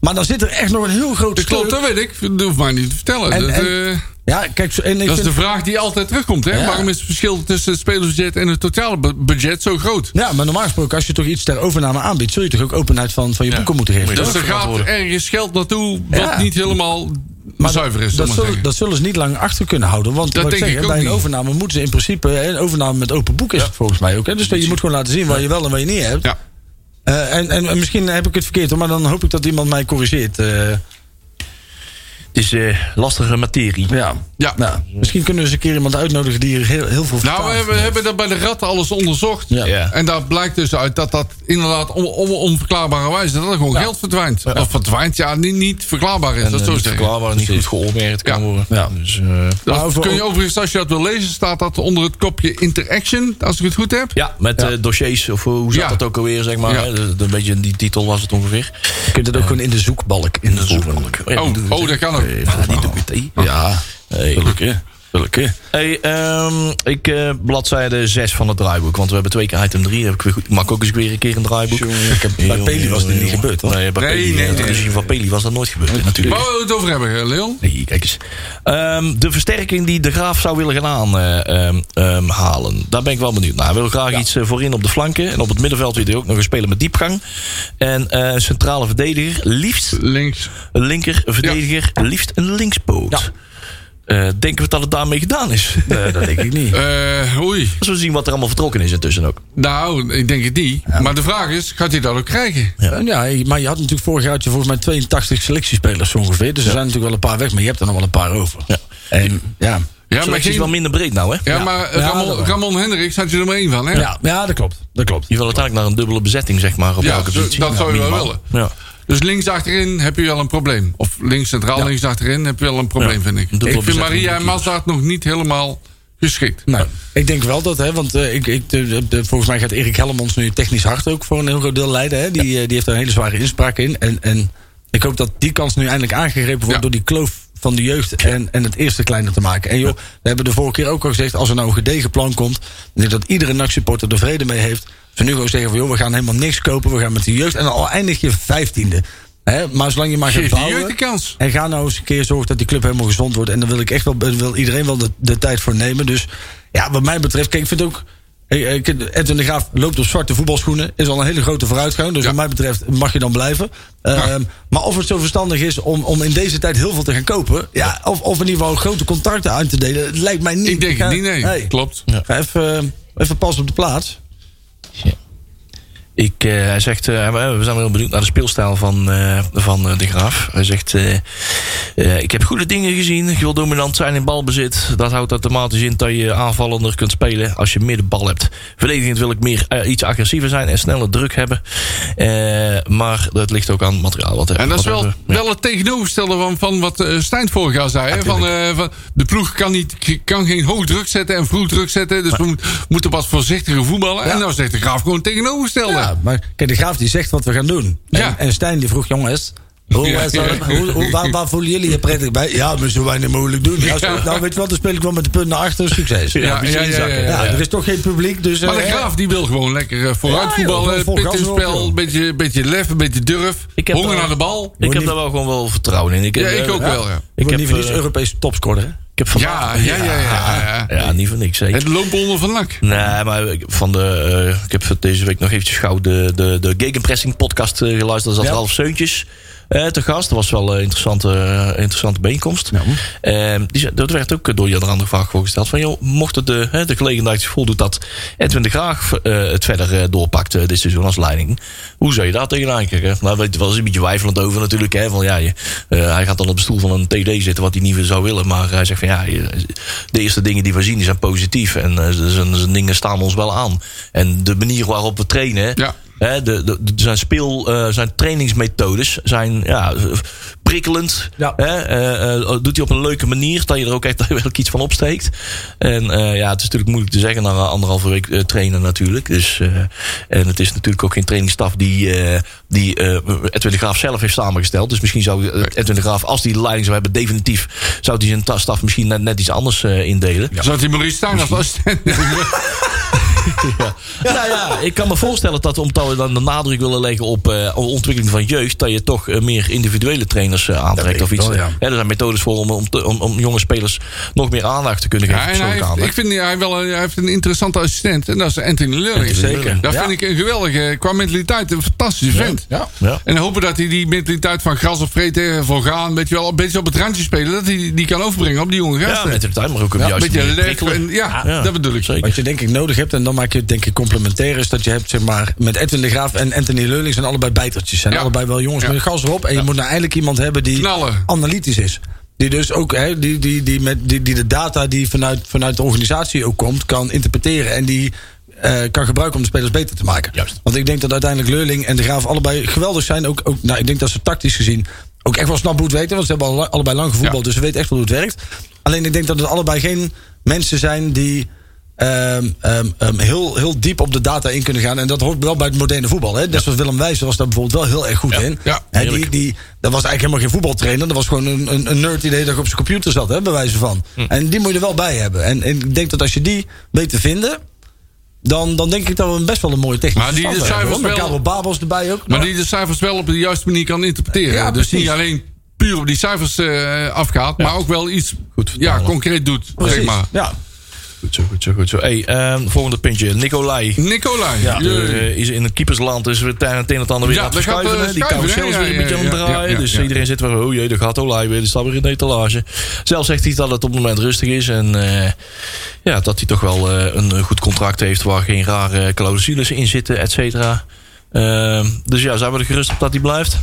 S2: Maar dan zit er echt nog een heel groot
S5: Dat klopt,
S2: stuk-
S5: dat weet ik. Dat hoeft mij niet te vertellen.
S2: En-
S5: dat,
S2: en-
S5: eh,
S2: Ja, kijk, zo- en ik
S5: dat is
S2: vind-
S5: de vraag die altijd terugkomt. Hè?
S2: Ja.
S5: Waarom is het verschil tussen het spelersbudget en het totale bu- budget zo groot?
S2: ja, maar normaal gesproken, als je toch iets ter overname aanbiedt, zul je toch ook openheid van, van je boeken moeten geven.
S5: Dus
S2: toch?
S5: er gaat ergens geld naartoe wat
S2: Ja.
S5: niet helemaal zuiver is.
S2: dat,
S5: om het
S2: zullen,
S5: zeggen.
S2: dat zullen ze niet lang achter kunnen houden. Want
S5: Dat
S2: wat ik
S5: denk
S2: zeg, hè,
S5: ik ook
S2: bij een
S5: niet.
S2: overname moeten ze in principe. hè, Een overname met open boek is het volgens mij ook. Hè? Dus je moet gewoon laten zien waar je wel en waar je niet hebt.
S5: ja.
S2: Eh, en, en, en misschien heb ik het verkeerd, hoor, maar dan hoop ik dat iemand mij corrigeert. eh.
S4: Het is eh, lastige materie.
S2: ja.
S5: Ja.
S2: Nou, misschien kunnen we eens een keer iemand uitnodigen die hier heel, heel veel van
S5: Nou, we hebben, we hebben dat bij de ratten alles onderzocht.
S2: Ja.
S4: Ja.
S5: En daar blijkt dus uit dat dat inderdaad om, om- onverklaarbare wijze... dat er gewoon geld verdwijnt. Of verdwijnt, ja, niet, niet verklaarbaar is. dat
S4: eh,
S5: zo
S4: niet
S5: zeggen.
S4: verklaarbaar, niet goed geoormerkt kan
S5: Ja.
S4: worden.
S2: Ja.
S4: Dus, eh,
S5: Dat
S2: Maar over-
S5: kun je overigens, als je dat wil lezen... staat dat onder het kopje Interaction, als ik het goed heb.
S4: ja, met eh, dossiers, of hoe zat
S5: Ja.
S4: dat ook alweer, zeg maar.
S5: Ja.
S4: hè? Dat- Een beetje die titel was het ongeveer.
S2: Je kunt het ook gewoon in de zoekbalk. In de zoekbalk.
S4: Ja,
S5: Oh,
S4: doe het,
S5: oh,
S4: hè.
S5: dat kan ook.
S4: Eh, Ja, die doe ik het, hè.
S2: Ja,
S4: Hey.
S2: gelukkig. Gelukkig.
S4: Hey, ehm, ik eh, bladzijde 6 van het draaiboek. Want we hebben twee keer item 3. Heb ik weer goed, mag ook eens weer een keer een draaiboek. ik heb,
S2: bij Peli was dit niet gebeurd, hoor.
S4: Nee, bij
S5: Nee,
S4: Peli,
S5: nee,
S4: eh,
S5: nee,
S4: het regime van Peli was dat nooit gebeurd. natuurlijk.
S5: Waar we het over hebben, hè, Leon?
S4: Nee, kijk eens. Ehm, de versterking die de Graaf zou willen gaan eh, ehm, halen. Daar ben ik wel benieuwd naar. Hij wil graag iets eh, voorin op de flanken. En op het middenveld wil hij ook nog een speler met diepgang. En eh, een centrale verdediger. Liefst
S5: Links.
S4: een linker verdediger. Liefst een linkspoot. eh, denken we dat het daarmee gedaan is?
S2: Nee, dat denk ik niet.
S5: Eh, oei.
S4: Als we zien wat er allemaal vertrokken is intussen ook.
S5: Nou, ik denk het niet. Maar de vraag is, gaat hij dat ook krijgen?
S2: Ja. maar je had natuurlijk vorig jaar had je volgens mij 82 selectiespelers zo ongeveer. Dus er zijn natuurlijk wel een paar weg, maar je hebt er nog wel een paar over.
S4: Ja.
S2: En ja.
S5: Ja,
S4: Ja, maar
S5: maar,
S4: het is wel
S5: geen,
S4: minder breed nou, hè?
S5: ja, maar eh,
S2: Ja, dat
S5: Ramon,
S2: wel.
S5: Ramon Hendricks had je er maar één van, hè?
S2: Ja, ja, dat klopt. Dat klopt.
S4: Je wil uiteindelijk naar een dubbele bezetting, zeg maar, op
S5: Ja,
S4: elke
S5: zo-
S4: positie.
S5: dat
S4: Ja,
S5: zou je wel
S4: minimaal. Ja.
S5: Dus links achterin heb je wel een probleem. Of links centraal, links achterin heb je wel een probleem,
S4: Ja,
S5: vind ik.
S4: een dubbele
S5: Ik vind
S4: bezetting
S5: Maria en
S4: natuurlijk.
S5: Mazdaert nog niet helemaal geschikt.
S2: Nou, ik denk wel dat, hè, want eh, ik, ik, de- de- de- volgens mij gaat Erik Hellemons nu technisch hard ook voor een heel groot deel leiden. Hè. Die, eh, die heeft daar een hele zware inspraak in. En, en ik hoop dat die kans nu eindelijk aangegrepen wordt
S5: Ja.
S2: door die kloof van de jeugd en, en het eerste kleiner te maken. En joh, we hebben de vorige keer ook al gezegd, als er nou een gedegen plan komt, dan denk ik dat iedere NAC-supporter er vrede mee heeft. Ze nu gewoon zeggen van joh, we gaan helemaal niks kopen, we gaan met de jeugd. En al eindig je vijftiende. Hè, maar zolang je maar
S5: Geef
S2: gaat
S5: die
S2: bouwen-
S5: jeugd de kans.
S2: en ga nou eens een keer zorgen dat die club helemaal gezond wordt. En daar wil ik echt wel, daar wil iedereen wel de, de tijd voor nemen. Dus ja, wat mij betreft, kijk, ik vind ook. eh, eh, ik- Edwin de Graaf loopt op zwarte voetbalschoenen. Is al een hele grote vooruitgang. Dus
S5: Ja.
S2: wat mij betreft mag je dan blijven. Ehm, maar of het zo verstandig is om, om in deze tijd heel veel te gaan kopen. Ja, of, of in ieder geval grote contracten uit te delen. Het lijkt mij niet.
S5: Ik denk
S2: Ga-
S5: het niet, nee.
S2: Hey,
S5: Klopt.
S2: Ga even, eh, even pas op de plaats.
S4: Ik, eh, hij zegt, eh, we zijn wel heel benieuwd naar de speelstijl van, eh, van eh, de Graaf. Hij zegt, eh, eh, ik heb goede dingen gezien. Ik wil dominant zijn in balbezit. Dat houdt automatisch in dat je aanvallender kunt spelen als je meer de bal hebt. Verdedigend wil ik meer eh, iets agressiever zijn en sneller druk hebben. Eh, maar dat ligt ook aan het materiaal. Wat,
S5: En dat is
S4: wat
S5: wel,
S4: hebben we. Ja.
S5: wel het tegenovergestelde van, van wat eh, Stijn vorig jaar zei. hè? van, eh, van, de ploeg kan, niet, kan geen hoog druk zetten en vroeg druk zetten. Dus we moet- moeten wat voorzichtiger voetballen. En nou zegt de graaf gewoon het tegenovergestelde.
S2: Ja, maar kijk, de graaf die zegt wat we gaan doen.
S5: Ja.
S2: En, en Stijn die vroeg, jongens, hoe,
S5: Ja.
S2: eh, zou dat- hoe, hoe- waar, waar voelen jullie je prettig bij? Ja, maar zo weinig mogelijk doen. Ja, zo- nou, weet je wat, dan speel ik wel met de punten naar achter. Succes. Ja,
S5: ja, ja, ja, ja, ja.
S2: er is toch geen publiek, dus... eh,
S5: Maar de graaf die wil gewoon lekker eh, vooruit
S2: Ja,
S5: voetballen.
S2: joh, vol
S5: Pit
S2: gas
S5: in
S2: erop,
S5: spel,
S2: joh.
S5: beetje, beetje lef, een beetje durf.
S4: Ik heb
S5: Honger
S4: wel-
S5: naar de bal.
S4: Ik heb
S2: niet-
S4: daar wel gewoon wel vertrouwen in.
S5: Ja,
S4: heb,
S5: ik
S4: eh,
S5: ook wel, ja.
S2: Ik
S4: Ik
S2: heb
S4: heb,
S2: niet voor niets
S4: eh,
S2: Europese topscorer, hè?
S4: Ik heb
S5: Ja,
S4: vandaag...
S5: ja, ja, ja, ja, ja.
S4: Ja, niet voor niks. Zeker.
S5: Het looponder van Nak.
S4: Nee, maar ik- van de, eh, ik heb deze week nog eventjes gauw de, de, de Gegenpressing podcast eh, geluisterd. Daar zat
S2: Ja.
S4: Ralf Seuntjes eh, te gast. Dat was wel een interessante, eh, interessante bijeenkomst. Ehm, die, zei- dat werd ook door Jan Rander vaak voorgesteld. Van, joh, mocht het de, hè, de gelegenheid zich voordoet dat Edwin de Graag eh, het verder eh, doorpakt eh, dit seizoen als leiding. Hoe zou je daar tegenaan kijken? Nou, weet je wel, is een beetje wijfelend over natuurlijk. Hè, van, ja, je, eh, hij gaat dan op de stoel van een TD zitten wat hij niet zou willen. Maar hij zegt van ja, je- de eerste dingen die we zien die zijn positief. En eh, ze- zijn, zijn dingen staan ons wel aan. En de manier waarop we trainen.
S5: Ja.
S4: Hè, de, de, de- zijn speel, eh, zijn trainingsmethodes zijn ja, prikkelend.
S2: Ja.
S4: Hè, eh, eh, doet hij op een leuke manier, dat je er ook echt daadwerkelijk iets van opsteekt. En eh, ja, het is natuurlijk moeilijk te zeggen na eh, anderhalve week eh, trainen natuurlijk. Dus, eh, en het is natuurlijk ook geen trainingsstaf die, eh, die eh, Edwin de Graaf zelf heeft samengesteld. Dus misschien zou eh, Edwin de Graaf, als die de leiding zou hebben, definitief zou hij zijn ta- staf misschien net, net iets anders eh, indelen.
S5: Zat hij Maurice Stijn als assistent?
S4: Ja, nou ja, ik kan me voorstellen dat omdat we dan de nadruk willen leggen op eh, ontwikkeling van jeugd, dat je toch eh, meer individuele trainers eh, aantrekt of
S2: ik
S4: iets.
S2: wel, ja.
S4: Hè, er zijn methodes voor om, om, te- om, om jonge spelers nog meer aandacht te kunnen geven.
S5: Ja, en hij
S4: persoonlijke
S5: heeft, ik
S4: aandacht.
S5: vind hij, wel, een- hij heeft een interessante assistent. En dat is Anthony Lurling.
S4: Anthony Lurling,
S5: Dat
S2: ja.
S5: vind ik een geweldige, qua mentaliteit, een fantastische vent.
S2: ja.
S4: Ja.
S5: En hopen dat hij die mentaliteit van gras of vreten, voor gaan, weet je wel, een beetje op het randje spelen. Dat hij die kan overbrengen op die jonge
S4: Ja,
S5: gasten.
S4: met de tijd, maar ook op
S5: Ja,
S4: juist
S5: een beetje
S4: manier
S5: lef.
S4: prikkelen.
S5: En, ja,
S4: Ja.
S5: dat bedoel ik.
S4: Zeker.
S2: Wat je denk ik nodig hebt, en dan maak je het denk ik complementair, is dat je hebt zeg maar met Edwin de Graaf en Anthony Leuling zijn allebei bijtertjes. Zijn
S5: Ja.
S2: allebei wel jongens
S5: Ja.
S2: met een gas erop. En je moet nou eindelijk iemand hebben die
S5: Knallen.
S2: analytisch is. Die dus ook hè, die, die, die, met, die, die de data die vanuit, vanuit de organisatie ook komt, kan interpreteren. En die eh, kan gebruiken om de spelers beter te maken.
S4: Juist.
S2: Want ik denk dat uiteindelijk Leuling en de Graaf allebei geweldig zijn. Ook, ook, nou, ik denk dat ze tactisch gezien ook echt wel snap hoe het weten. Want ze hebben alle- allebei lang gevoetbald,
S5: Ja.
S2: dus ze weten echt wel hoe het werkt. Alleen ik denk dat het allebei geen mensen zijn die ehm, ehm, ehm, heel, heel diep op de data in kunnen gaan. En dat hoort wel bij het moderne voetbal. Hè? Net zoals Willem Wijs was daar bijvoorbeeld wel heel erg goed in.
S5: ja,
S2: Hè, die,
S4: heerlijk.
S2: die, dat was eigenlijk helemaal geen voetbaltrainer. Dat was gewoon een, een, een nerd die de hele dag op zijn computer zat, hè, bij wijze van.
S5: Hm.
S2: En die moet je er wel bij hebben. En, en ik denk dat als je die weet te vinden... Dan, dan denk ik dat we best wel een mooie technische
S5: Maar die
S2: stand hebben.
S5: cijfers
S2: hoor. Met
S5: wel-
S2: Karel Babels erbij ook.
S5: Maar die de cijfers wel op de juiste manier kan interpreteren.
S2: Ja,
S5: dus niet
S2: precies.
S5: alleen puur op die cijfers eh, afgaat, maar ook wel iets
S4: Goed vertalen.
S5: ja, concreet doet. Zeg
S2: Precies,
S5: maar.
S2: Ja.
S4: Goed zo, goed zo, goed zo. Hey, ehm, volgende puntje. Nicolai.
S5: Nicolai.
S4: Ja, eh, is in het keepersland, dus we zijn het een en het ander weer
S5: Ja,
S4: aan het
S5: dat gaat,
S4: schuiven.
S5: eh,
S4: hè. die
S5: schuiven,
S4: carousel is
S5: hè?
S4: weer een
S5: Ja,
S4: beetje aan
S5: ja,
S4: het
S5: ja,
S4: draaien.
S5: ja,
S4: dus
S5: ja.
S4: iedereen zit weer, oh jee, daar gaat Olij weer. Die staat weer in de etalage. Zelf zegt hij dat het op het moment rustig is. En eh, ja, dat hij toch wel eh, een eh, goed contract heeft waar geen rare clausules in zitten, et cetera. Ehm, dus ja, zijn we er gerust op dat hij blijft?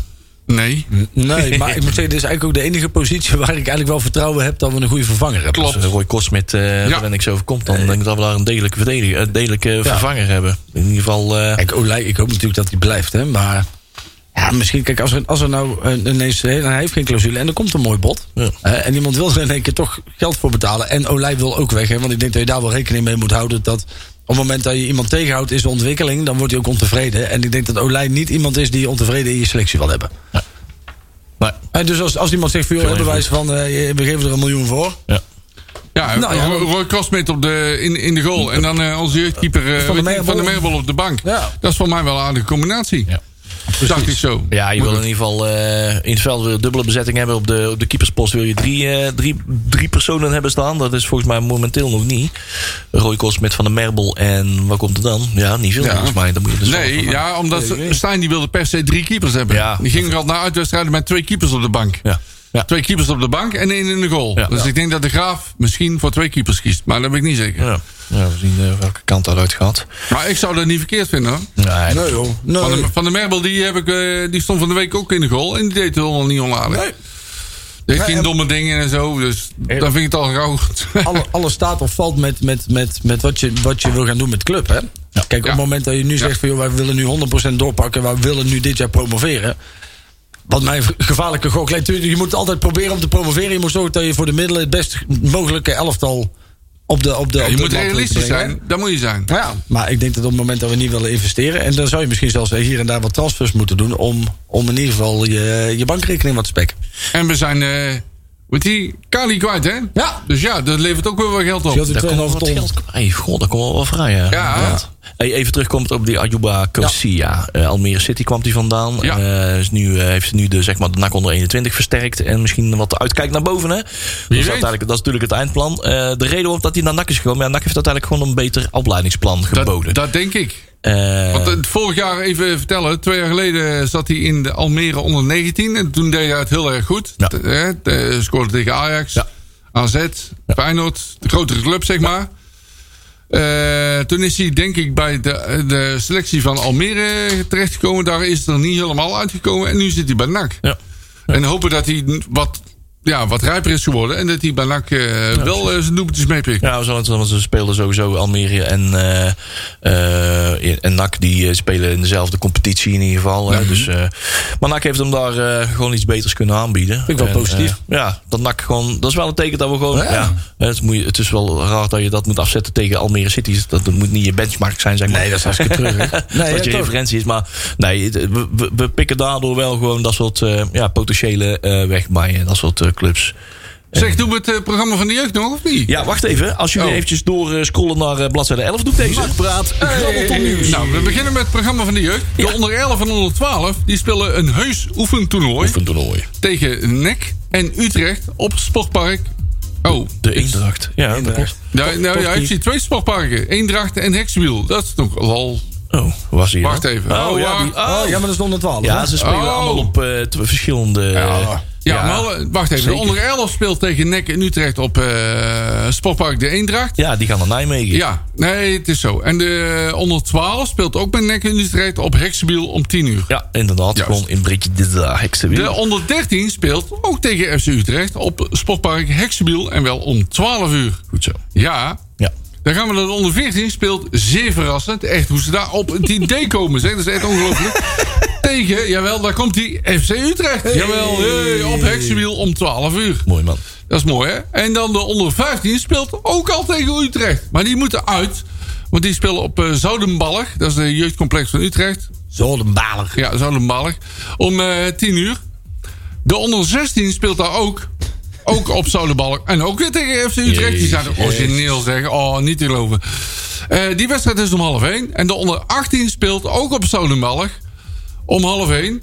S5: Nee.
S2: Nee, maar ik moet zeggen, dit is eigenlijk ook de enige positie waar ik eigenlijk wel vertrouwen heb dat we een goede vervanger hebben.
S5: Klopt.
S4: Als eh, Roy Kosmit eh
S5: Ja.
S4: er niks over komt, dan denk ik dat we daar een delijke, verdediger, een delijke vervanger hebben. In ieder geval... eh,
S2: Kijk, Olij, ik hoop natuurlijk dat hij blijft, hè, maar... Ja, misschien, kijk, als er, als er nou eh, ineens... hè, Hij heeft geen clausule en er komt een mooi bod.
S4: Ja.
S2: Eh, en iemand wil er in één keer toch geld voor betalen. En Olij wil ook weg, hè, want ik denk dat je daar wel rekening mee moet houden... dat op het moment dat je iemand tegenhoudt is de ontwikkeling... dan wordt hij ook ontevreden. En ik denk dat Olij niet iemand is die je ontevreden in je selectie wil hebben.
S4: maar,
S2: Eh, dus als, als iemand zegt, voor joh,
S4: Sorry,
S2: hebben wij van... eh, we geven er een miljoen voor.
S4: ja.
S5: Ja,
S2: Nou ja,
S5: Roy- Roy Crossmit op de, in, in de goal. En dan eh, onze jeugdkeeper eh,
S2: Van
S5: van,
S2: de
S5: de
S2: Meerbol.
S5: van de Meerbol op de bank.
S2: Ja.
S5: Dat is voor mij wel een aardige combinatie.
S4: Ja.
S5: Dacht ik zo.
S4: Ja, je wil in ieder geval eh, in het veld weer dubbele bezetting hebben. Op de, op de keeperspost wil je drie, eh, drie, drie personen hebben staan. Dat is volgens mij momenteel nog niet. Roy Kos met Van de Merbel en wat komt er dan? Ja, niet veel
S5: Ja.
S4: volgens mij. Dan moet je dus
S5: Nee,
S4: wel-
S5: ja, omdat
S2: Nee, ik weet.
S5: Stijn die wilde per se drie keepers hebben.
S4: Ja.
S5: Die ging al naar uitwedstrijden met twee keepers op de bank.
S4: Ja. Ja.
S5: Twee keepers op de bank en één in de goal.
S4: Ja.
S5: Dus
S4: Ja.
S5: ik denk dat de Graaf misschien voor twee keepers kiest. Maar dat weet ik niet zeker.
S4: Ja. Ja, we zien eh, welke kant daaruit gaat.
S5: Maar ik zou dat niet verkeerd vinden hoor.
S4: Nee,
S2: Nee, joh. Nee.
S5: Van de, van de Merbel die, heb ik, eh, die stond van de week ook in de goal. En die deed het helemaal niet onaardig.
S2: Nee.
S5: Deed geen
S2: en-
S5: domme dingen en zo. Dus dan vind ik het al gauw goed.
S2: alle- alles staat of valt met, met, met, met wat, je, wat je wil gaan doen met de club. Hè? Kijk, op
S5: Ja.
S2: het moment dat je nu zegt van joh, wij willen nu 100% doorpakken, wij willen nu dit jaar promoveren. Wat mijn v- gevaarlijke gok lijkt. Tuurlijk, Je moet altijd proberen om te promoveren. Je moet zorgen dat je voor de middelen het best mogelijke elftal op de op de.
S5: Ja,
S2: op
S5: je
S2: de
S5: moet
S2: mat weet te
S5: realistisch
S2: brengen.
S5: zijn. Dat moet je zijn.
S2: Nou Ja, maar ik denk dat op het moment dat we niet willen investeren. En dan zou je misschien zelfs hier en daar wat transfers moeten doen. om, om in ieder geval je, je bankrekening wat te spekken.
S5: En we zijn... eh wordt die Kali kwijt, hè?
S2: Ja.
S5: Dus ja, dat levert ook weer wat geld op.
S2: Scheelt weer
S4: daar komt wel
S2: 2,5
S4: wat
S2: ton.
S4: geld bij. God, daar komt wel wat vrij. Ja. inderdaad. Hey, even terugkomt op die Ajuba Kosia. Eh, Almere City kwam die vandaan.
S5: Ja.
S4: Eh, is nu, eh, heeft ze nu de, zeg maar, de NAC onder 21 versterkt. En misschien wat uitkijkt naar boven. Hè? Dat, is
S5: weet.
S4: uiteindelijk, dat is natuurlijk het eindplan. Eh, de reden waarom dat hij naar NAC is gekomen. Ja, NAC heeft uiteindelijk gewoon een beter opleidingsplan geboden.
S5: Dat, dat denk ik.
S4: Eh,
S5: Want het vorig jaar, even vertellen, twee jaar geleden zat hij in de Almere onder 19. En toen deed hij het heel erg goed.
S4: Ja.
S5: T- hè, t- eh, scoorde tegen Ajax,
S4: Ja.
S5: AZ, Feyenoord, de grotere club zeg maar. Eh, toen is hij denk ik bij de, de selectie van Almere terechtgekomen. Daar is het er niet helemaal uitgekomen. En nu zit hij bij NAC.
S4: ja.
S5: En hopen dat hij wat, ja, wat rijper is geworden. En dat hij bij NAC eh, wel eh, zijn doelpuntjes meepikt.
S4: Ja, we zullen- want ze spelen sowieso Almere en, eh eh, en NAC. Die eh, spelen in dezelfde competitie in ieder geval. hè. dus, eh, maar NAC heeft hem daar eh, gewoon iets beters kunnen aanbieden.
S2: ik wel
S4: En,
S2: positief.
S4: eh, ja, dat NAC gewoon... Dat is wel een teken dat we gewoon... Ja. Eh, het, moet, je- het is wel raar dat je dat moet afzetten tegen Almere City. Dus Dat moet niet je benchmark zijn, zeg maar. Nee, dat is hartstikke terug.
S2: Nee, ja,
S4: dat je
S2: toch.
S4: referentie is. Maar nee, het- we, we- we pikken daardoor wel gewoon dat soort eh, ja, potentiële eh, weg bij eh, dat soort eh, clubs.
S5: Zeg, doen we het eh, programma van de jeugd nog of niet?
S4: Ja, wacht even. Als jullie
S5: Oh.
S4: eventjes door eh, scrollen naar eh, bladzijde 11, doet deze.
S3: Praat.
S5: Nou, we beginnen met het programma van de jeugd. De onder 11 en onder 12 die spelen een heus oefentoernooi
S4: toernooi.
S5: tegen NEC en Utrecht op het sportpark. Oh,
S4: De Eendracht. Ja, dat klopt.
S5: nou, nou ja, ik zie twee sportparken. Eendracht en Hekswiel. Dat is toch lol.
S4: Oh, was hier.
S5: Wacht even.
S4: Oh,
S5: Oh,
S4: ja,
S5: wacht.
S4: die,
S2: Oh,
S4: oh.
S2: ja, maar dat is de onder 12.
S4: ja,
S2: hè?
S4: ze spelen
S5: Oh.
S4: allemaal op eh, tw- verschillende... eh,
S5: Ja, maar alle- wacht even.
S4: zeker.
S5: De onder 11 speelt tegen NEC en Utrecht op eh, sportpark De Eendracht.
S4: Ja, die gaan naar Nijmegen.
S5: Ja, nee, het is zo. En de onder 12 speelt ook bij NEC en Utrecht op Hekswiel om 10 uur.
S4: Ja, inderdaad.
S5: Juist.
S4: Gewoon in eh, Britje de
S5: De
S4: heksenwiel.
S5: onder 13 speelt ook tegen FC Utrecht op Sportpark Heksenbiel en wel om 12 uur.
S4: Goed zo.
S5: Ja,
S4: Ja.
S5: dan gaan we naar de onder 14 speelt zeer verrassend. Echt hoe ze daar op het idee komen, zeg. Dat is echt ongelooflijk. tegen, jawel, daar komt die FC Utrecht. Jawel, hey, op Heksenbiel om 12 uur.
S4: Mooi man.
S5: Dat is mooi, hè? En dan de onder 15 speelt ook al tegen Utrecht. Maar die moeten uit, want die spelen op eh, Zoudenbalg. Dat is de jeugdcomplex van Utrecht.
S2: Zoldenbalig.
S5: Ja, zo normalig. Om eh 10 uur. De onder 16 speelt daar ook. Ook op Zolenbalk. En ook weer tegen FC Utrecht. Die zijn origineel zeggen. Oh, niet te geloven. Eh, die wedstrijd is om half 1. En de onder 18 speelt ook op Zolenbalk. Om half 1.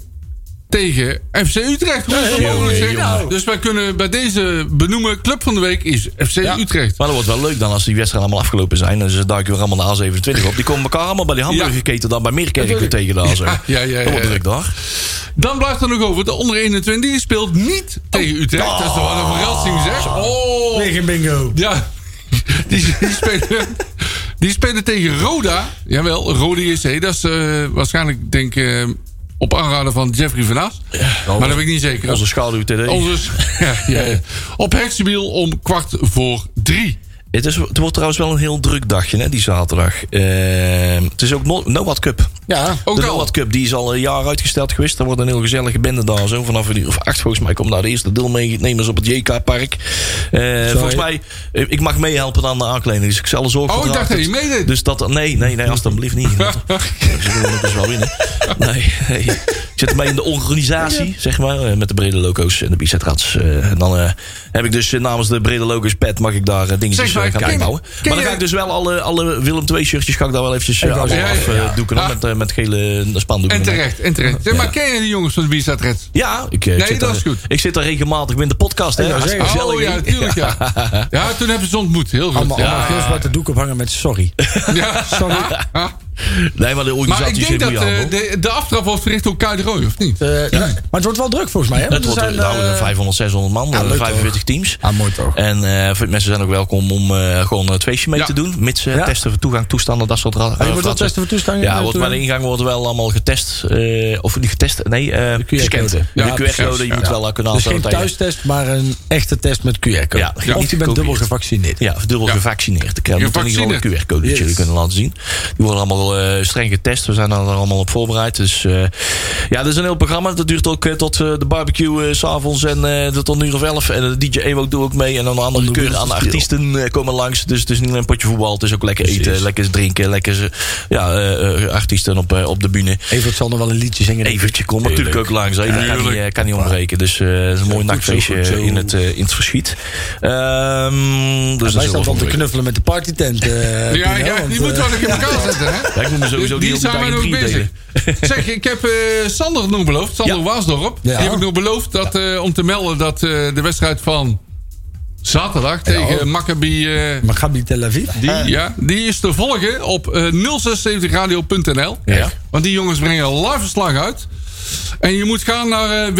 S5: tegen FC Utrecht. Hoe is dat
S4: jongen,
S5: mogelijk, zeg?
S4: jongen.
S5: Dus wij kunnen bij deze benoemen, club van de week is FC Utrecht.
S4: Maar dat wordt wel leuk dan als die wedstrijden allemaal afgelopen zijn. Dus, eh, En ze duiken weer allemaal de A27 op. Die komen elkaar allemaal bij die hamburgerketen dan bij Meerkerk weer tegen de A7.
S5: Ja, ja, ja,
S4: Dat wordt
S5: ja.
S4: druk daar.
S5: Dan blijft er nog over. De onder 21 speelt niet tegen Utrecht. Dat is toch wel een verrassing, zeg. Oh.
S2: Tegen bingo.
S5: Ja, die, die, spelen, die spelen tegen Roda. Jawel, Roda JC. Dat is eh, waarschijnlijk, denk ik, eh, op aanraden van Jeffrey van As. maar dat weet ik niet zeker.
S4: Onze schaduw TD.
S5: Onze- ja, ja, ja. Op Hexenbiel om kwart voor drie.
S4: Het, is, het wordt trouwens wel een heel druk dagje, hè, die zaterdag. Ehm, het is ook No- Noad Cup.
S5: Ja, ook
S4: de
S5: wel.
S4: Noad Cup die is al een jaar uitgesteld geweest. Er wordt een heel gezellige bende daar zo. Vanaf een uur of acht volgens mij komen daar de eerste deelnemers op het JK-park. volgens mij, eh, ik mag meehelpen aan de aankleding. Dus ik zal er zorgen
S5: Oh, ik dacht dat je meedeed.
S4: Dus dat, nee, nee, nee, alsjeblieft niet. Dat- Ze willen het dus wel winnen. Nee, nee. Ik zit mee in de organisatie, zeg maar. eh, Met de brede loco's en de bizetrats. eh, En dan eh, heb ik dus eh, namens de brede loco's pet... mag ik daar eh, dingetjes
S5: Zeg maar,
S4: eh, gaan
S5: ken-
S4: bijbouwen.
S5: ken
S4: Maar dan
S5: je-
S4: ga ik dus wel alle, alle Willem II-shirtjes... ga ik daar wel eventjes eh,
S2: wou
S4: allemaal
S5: zeggen,
S4: af
S5: ja, ja.
S4: eh, doeken, hoor,
S5: Ah.
S4: Met, eh, met gele eh, spandoeken.
S5: En terecht, en terecht. Zeg, Maar ken je die jongens van de Bistad Reds?
S4: Ja, ik, eh, ik
S5: Nee,
S4: zit
S5: dat
S4: daar-
S5: is goed.
S4: Ik zit daar regelmatig in de podcast. Hè?
S2: wou
S4: Hartstikke
S2: zeggen.
S5: Oh
S4: gezellig,
S5: ja,
S4: hè?
S5: natuurlijk ja. Ja, toen hebben ze ontmoet. Heel goed.
S2: Allemaal, allemaal
S5: Ja.
S2: geel zwarte doek ophangen met sorry.
S5: Ja.
S2: Sorry.
S5: Ah,
S4: Nee, maar de
S5: Maar
S4: organisatie
S5: ik
S4: is
S5: denk
S4: in
S5: dat
S4: goede
S5: eh,
S4: handen.
S5: de, de aftrap was verricht door Kuit Roy, of niet?
S2: Eh, ja. Maar het wordt wel druk volgens mij. Hè?
S4: Het
S2: Want er
S4: wordt eh,
S2: zijn,
S4: nou,
S2: eh,
S4: 500, 600 man, eh,
S2: leuk,
S4: 45 teams.
S2: Ah, mooi toch.
S4: En eh, voor- mensen zijn ook welkom om eh, gewoon het feestje mee
S5: Ja. Ah,
S4: te doen. Mits eh,
S2: Ja.
S4: testen voor toegang, toestanden, dat soort ra- eh,
S2: wel
S4: fratsen.
S2: testen voor toestanden,
S4: Ja,
S2: eh,
S4: wordt bij de
S2: toegang?
S4: ingang wordt wel allemaal getest. eh, of niet getest, nee, eh gescand.
S2: QR-code.
S5: Ja,
S4: de QR-code, je
S5: precies.
S4: moet wel eh, kunnen
S2: Dus geen
S4: aansluiten.
S2: thuistest, maar een echte test met QR-code.
S4: Ja, ja.
S2: Of je bent dubbel gevaccineerd.
S4: Ja, of dubbel
S5: Ja.
S4: gevaccineerd. Ik moet in ieder geval een
S5: Gevaccineerd.
S4: QR-code dat jullie kunnen laten zien. Die worden allemaal eh, streng getest. We zijn daar allemaal op voorbereid. Dus eh, ja, dat is een heel programma. Dat duurt ook eh, tot eh, de barbecue eh, s s'avonds en eh, tot een uur of elf. En de DJ Evo doet ook mee. En dan andere keuren aan de artiesten eh, komen langs. Dus het is niet alleen een potje voetbal. Het is ook lekker eten, lekker drinken, lekker eh, ja, eh, eh, artiesten op, eh, op de bühne.
S2: Evert zal nog wel een liedje zingen. denk ik.
S4: Eventje komt natuurlijk ook langs. Even kan, niet, eh, kan niet ontbreken. Dus eh, het is een mooi nachtfeestje
S2: goed zo.
S4: in het, eh, in het verschiet. Ehm, dus dat
S2: Wij
S4: is heel
S2: staan dan te
S4: leuk.
S2: knuffelen met de partytent. eh,
S5: Ja,
S2: Pino,
S5: ja,
S2: want,
S5: die moet
S2: eh,
S5: wel een in elkaar zetten, hè?
S4: Ja, ik moet me sowieso die,
S5: die
S4: die hele
S5: zijn
S4: dag
S5: wij
S4: in
S5: nog
S4: drie
S5: bezig.
S4: delen.
S5: Zeg, ik heb eh, Sander nog beloofd, Sander
S4: Ja.
S5: Waasdorp.
S2: Ja.
S5: Die heb ik nog beloofd dat, eh, om te melden dat eh, de wedstrijd van zaterdag
S2: oh.
S5: tegen Maccabi... eh,
S2: Maccabi Tel Aviv.
S5: die, ja, die is te volgen op eh, 076radio.nl.
S4: Ja.
S5: Want die jongens brengen een live verslag uit. En je moet gaan naar eh,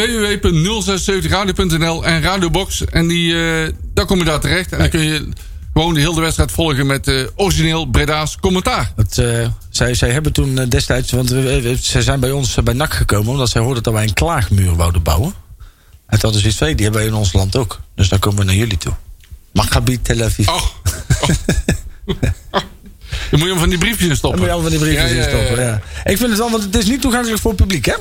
S5: www.076radio.nl en Radiobox. En die, eh, daar kom je daar terecht. En dan kun je gewoon de hele wedstrijd volgen met eh, origineel Breda's commentaar.
S2: Dat, eh, zij, zij hebben toen eh, destijds, want we- we- zij zijn bij ons eh, bij NAC gekomen... omdat zij hoorden dat wij een klaagmuur wouden bouwen. En dat is iets twee, die hebben wij in ons land ook. Dus dan komen we naar jullie toe. Maccabi Tel Aviv.
S5: Oh. Oh. Dan moet je hem van die briefjes in
S2: Dan moet je
S5: stoppen.
S2: allemaal van die briefjes
S5: Ja, ja,
S2: in stoppen.
S5: ja, ja.
S2: Ja. Ik vind het wel, want het is niet toegankelijk voor het publiek, hè?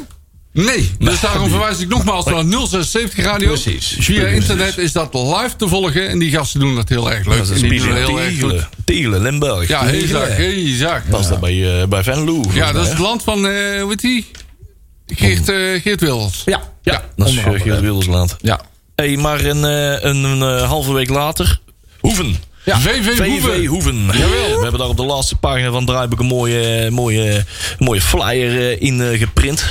S5: Nee, dus daarom verwijs ik nogmaals naar 076 Radio.
S2: Precies.
S5: Via internet is dat live te volgen. En die gasten doen dat heel erg leuk.
S4: Dat is
S5: En die
S4: Pieter
S5: doen het heel erg goed.
S4: Tielen. Tielen, Limburg.
S5: Ja,
S4: Dat
S5: heel zaak, heel zaak.
S4: was dat bij, eh, bij Van Loo.
S5: Ja, dat is
S4: hè?
S5: het land van, eh hoe heet die? Geert, eh, Geert Wilders.
S2: Ja.
S4: Ja, dat is eh, Geert Wildersland.
S2: Ja.
S4: Hey, maar een, eh, een, eh, halve week later, Hoeven.
S5: VV
S4: VV
S5: Hoeven.
S4: Hoeven. We hebben daar op de laatste pagina van Draaiboek een mooie, eh, mooie, eh, mooie flyer eh, in eh, geprint.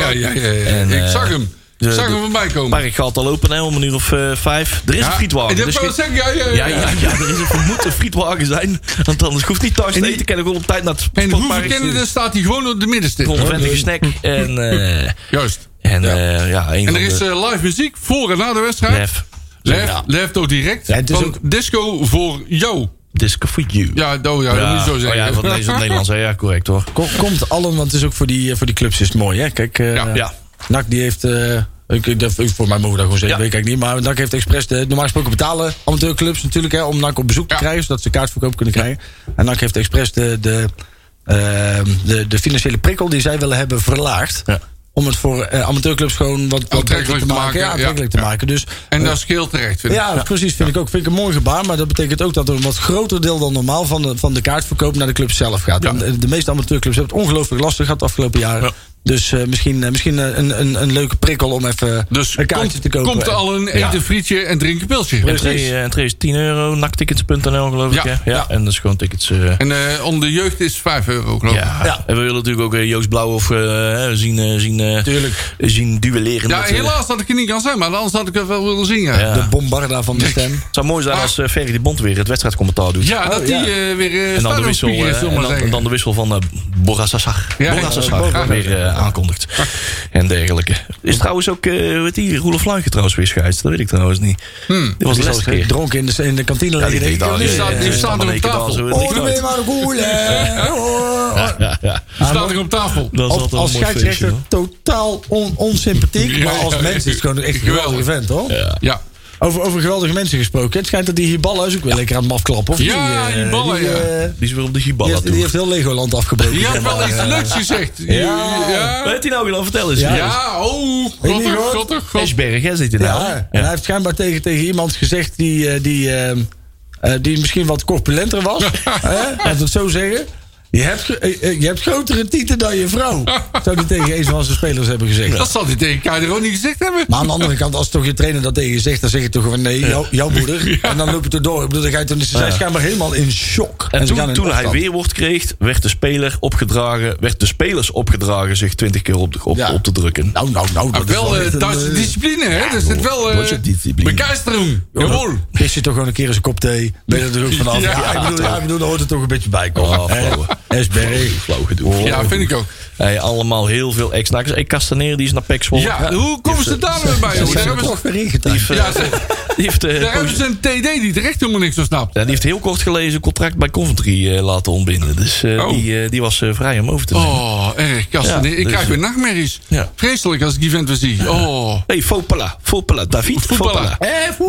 S5: Ja, ja, ja, ja.
S4: En,
S5: ik
S4: eh,
S5: zag hem. Ik
S4: de-
S5: zag hem
S4: de-
S5: voorbij
S4: Het
S5: komen.
S4: park gaat al open hè, om een uur of eh, vijf. Er is een frietwagen. Er
S5: Ik heb
S4: is
S5: wel eh,
S4: geen-
S5: zeggen, ja,
S4: Ja,
S5: ja,
S4: ja, ja, er is een vermoed een frietwagen zijn. Want anders hoeft niet thuis te eten. Kan ik wel op tijd naar het
S5: En Hoeven
S4: sportpark.
S5: kennen, dan staat hij gewoon op de middenstip.
S4: Een onvendige snack. En, eh,
S5: Juist.
S4: en eh, ja, een
S5: En
S4: van
S5: er is
S4: de...
S5: eh, live muziek voor en na de wedstrijd.
S4: Lef.
S5: Lef,
S4: Ja.
S5: lef toch direct.
S2: Ja, het is
S5: Want
S2: ook-
S5: disco voor jou.
S4: Disco for you.
S5: Ja, oh, ja, dat moet je zo
S4: oh
S5: zeggen.
S4: ja, want deze is het Nederlands. hè? Ja, correct hoor.
S2: Kom- komt allen, want het is ook voor die, eh, voor die clubs is het mooi, hè? Kijk, eh
S5: Ja.
S4: Ja.
S2: NAC die heeft... eh, ik, ik- dat- voor mij mogen we dat gewoon zeggen,
S4: Ja.
S2: weet ik eigenlijk niet. Maar NAC heeft expres de, normaal gesproken betalen amateurclubs natuurlijk... Hè, om NAC op bezoek
S5: Ja.
S2: te krijgen, zodat ze kaartverkoop kunnen krijgen. En NAC heeft expres de, de, ehm, de, de financiële prikkel die zij willen hebben verlaagd...
S4: Ja.
S2: Om het voor eh, amateurclubs gewoon wat, wat
S5: Aantrekkelijk
S2: beter
S5: te maken,
S2: Ja,
S5: ja.
S2: aantrekkelijk te
S5: Ja.
S2: maken. Dus,
S5: En
S2: eh,
S5: dat scheelt terecht, vind ik.
S2: ja, precies. Vind ik ook. Vind ik een mooi gebaar. Maar dat betekent ook dat er een wat groter deel dan normaal van de, van de kaartverkoop naar de club zelf gaat. Want De, de meeste amateurclubs hebben het ongelooflijk lastig gehad de afgelopen jaren. Dus eh, misschien, eh, misschien eh, een, een, een leuke prikkel om even
S5: Dus
S2: een kaartje
S5: komt,
S2: te kopen.
S5: komt al een
S2: Ja.
S5: eten frietje en drink een pilsje.
S4: Entree, eh, entree is 10 euro, naktickets.nl geloof ik. hè?
S5: Ja,
S4: Ja,
S5: ja.
S4: En dat is gewoon tickets. eh,
S5: En eh, onder de jeugd is 5 euro, geloof ik.
S4: ja.
S2: Ja.
S4: en we willen natuurlijk ook eh, Joost Blauw of eh, hè, zien, eh, zien, eh,
S2: Tuurlijk.
S4: zien duelleren.
S5: Ja,
S4: met, eh,
S5: helaas dat ik er niet kan zijn, maar anders had ik het wel willen zien. Ja, ja.
S4: ja.
S2: Eh, De bombarda van de stem.
S4: Het zou mooi zijn als eh, Ferry de Bond weer het wedstrijdcommentaar doet.
S2: Oh,
S5: dat die
S2: ja.
S5: eh, weer
S4: En dan, de wissel,
S5: stadionspier
S4: eh,
S5: is, zullen
S4: en
S5: we
S4: dan,
S5: maar
S4: en dan
S5: zeggen.
S4: de wissel van eh Borrassasag.
S5: Ja,
S4: Borrassasag
S5: ja,
S4: weer eh, aankondigt. En dergelijke. Is trouwens ook, eh weet die, Roelof Fluitje trouwens weer scheids. Dat weet ik trouwens niet.
S2: Hmm.
S4: Dit was de laatste keer.
S2: Dronken in de, in de kantine
S4: Ja, die
S2: liggen.
S4: deed
S2: denk
S4: daar,
S2: ik.
S5: Die staat- die
S4: eh,
S5: staat
S4: dan
S5: er op
S4: deed ik het al,
S5: tafel.
S4: zo weet ik
S2: Oh, dan ben
S4: nooit.
S2: je maar een goeie, hè. Oh.
S4: Ja, ja.
S5: Die staat er op tafel.
S4: Dat is
S2: Als,
S4: altijd
S2: als
S4: een mooi feestje.
S2: scheidsrechter
S4: hoor.
S2: totaal on- onsympathiek.
S5: Ja,
S2: maar als
S5: ja,
S2: mens is het gewoon echt een geweldige vent, hoor.
S5: Ja.
S2: Over, over geweldige mensen gesproken. Het schijnt dat die Hiballa is ook wel lekker aan het afklappen. Of
S5: Ja,
S2: niet? Eh,
S5: Hiballa,
S2: die,
S5: ja.
S2: eh,
S4: Die is weer op de
S2: die,
S4: Gibala
S2: heeft, die heeft heel Legoland afgebroken. Eh,
S5: Die had wel
S2: Hiballa,
S5: iets
S2: ja.
S5: leuks gezegd. Ja. Ja,
S4: Weet hij nou weer al? Vertel eens.
S2: Ja.
S5: oh,
S2: niet
S5: goddig,
S2: gehoord.
S5: goddig, goddig.
S4: Esberg, hè, zit hij
S2: Ja,
S4: nou?
S2: en hij heeft schijnbaar tegen, tegen iemand gezegd die, eh, die, eh, eh, die misschien wat corpulenter was. hè? Laten we het zo zeggen. Je hebt, ge- eh, eh, je hebt grotere tieten dan je vrouw. Zou die tegen een van zijn spelers hebben gezegd.
S5: Dat zal hij tegen Keider ook niet gezegd hebben.
S2: Maar aan de andere kant, als toch je trainer dat tegen je zegt, dan zeg je toch gewoon nee, jou- jouw moeder. En dan loop je er door. Ik bedoel, dan ga je, toen, ze zijn schijnbaar helemaal in shock.
S4: En
S2: ze gaan
S4: toen,
S2: in
S4: toen hij
S2: opstand.
S4: weerwoord kreeg, werd de speler opgedragen, werd de spelers opgedragen zich twintig keer op, de- op,
S2: Ja.
S4: op te drukken.
S2: Nou, nou, nou.
S5: Maar
S2: Dat is
S5: wel
S2: echt
S5: eh
S2: een,
S5: Duitse
S2: eh,
S5: discipline, hè? Dus het wel
S4: Duitse
S5: eh
S4: discipline.
S5: begeistering. Jawohl.
S2: Gist je toch gewoon een keer eens een kop thee. Ben je er ook vanaf. Ja,
S5: Ja.
S2: ik bedoel, ja, ik bedoel, daar hoort het toch een beetje bij komen.
S4: Oh, flauwe.
S2: Esberg.
S4: Flauw gedoe.
S5: E. Ja, vind ik ook.
S4: Hey, allemaal heel veel ex-nakkers. Ik Castaneer, die is naar Pek Zwolle.
S5: Ja, hoe komen ze daar weer bij?
S2: Ze
S5: jongens?
S2: zijn
S5: Daar
S2: er
S5: hebben
S2: toch
S5: ze-
S2: weer ingetuind.
S4: eh, Die heeft, eh,
S5: Ja, ze-
S4: die heeft, eh,
S5: daar hebben
S4: posi-
S5: ze een TD die terecht helemaal niks van snapt.
S4: ja, die heeft heel kort geleden zijn contract bij Coventry eh, laten ontbinden. Dus eh,
S5: Oh.
S4: die, eh, die was eh, vrij om over te nemen.
S5: Oh, erg. Kasten,
S4: Ja,
S5: ik
S4: dus-
S5: krijg weer nachtmerries.
S4: Ja.
S5: Vreselijk als ik die vent weer zie. Oh.
S4: Hey, Fopala, Fopala, David
S5: Fopala.
S4: Fopala.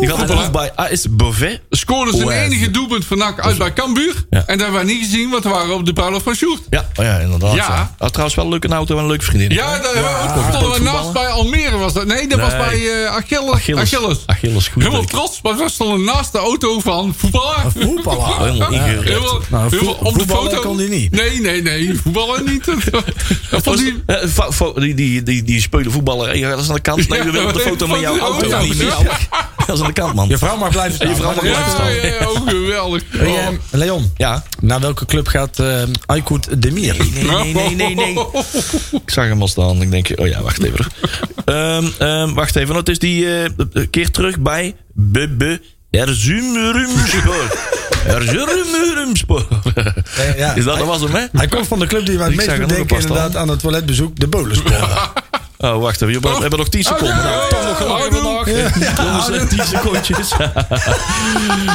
S4: Die gaat
S5: Fopala.
S4: af bij AS Beauvais.
S5: Scoorde zijn
S4: Oeh,
S5: enige doelpunt van NAC uit bij Cambuur.
S4: Ja.
S5: En dat hebben we niet gezien, want we waren op de bruiloft van Sjoerd.
S4: Ja, oh ja inderdaad.
S5: Ja.
S4: ja. Had trouwens wel een leuke auto en een leuke vriendin.
S5: Ja, daar stonden we naast bij Almere. Was dat. Nee, dat was
S4: Nee.
S5: bij eh, Achilles. Achilles.
S4: Achilles. Achilles, goed
S5: Helemaal
S4: teken.
S5: trots, maar we stonden naast de auto van voetballer.
S2: voetballer.
S4: Helemaal ingericht.
S5: Helemaal-
S2: Nou, voet-
S5: helemaal op de
S2: voetballen
S5: foto.
S2: kon hij niet.
S5: Nee, nee, nee. Voetballen niet. Dat vond
S4: Was-
S5: hij...
S4: eh, fo- fo- die, die, die, die speulen voetballer. Hey, dat is aan de kant. Nee,
S5: Ja,
S4: we willen op de
S5: nee,
S4: foto van
S5: foto
S4: jouw
S5: van
S4: auto.
S5: jou,
S4: niet
S5: precies.
S4: van jou. Dat is aan de kant, man.
S2: Je vrouw mag blijven staan.
S4: Je vrouw mag
S2: Ja.
S4: blijven
S5: Ja,
S4: staan.
S5: ja, ja, ook geweldig.
S2: Hey, eh, Leon,
S4: Ja.
S2: naar welke club gaat eh Aykut Demir?
S4: Nee, nee, nee, nee, nee. Ik zag hem al staan. Ik denk, oh ja, wacht even. Ehm, ehm, wacht even. Het is die eh, eh, keer terug bij Bebe Erzurumspor. Erzurumspor.
S2: Ja, Eh, ja.
S4: Is dat, dat was hem, hè?
S2: Hij komt van de club die mij het
S4: Ik
S2: meest
S4: zag hem
S2: doet
S4: ook
S2: denken
S4: pas staan.
S2: inderdaad aan het toiletbezoek, de bolensporen.
S4: Oh, wacht even. We hebben nog 10 seconden.
S5: Oh, ja,
S4: Toch
S5: ja,
S4: nog gewoon
S5: houdoe.
S4: vandaag. Jongens, eh, 10 secondjes.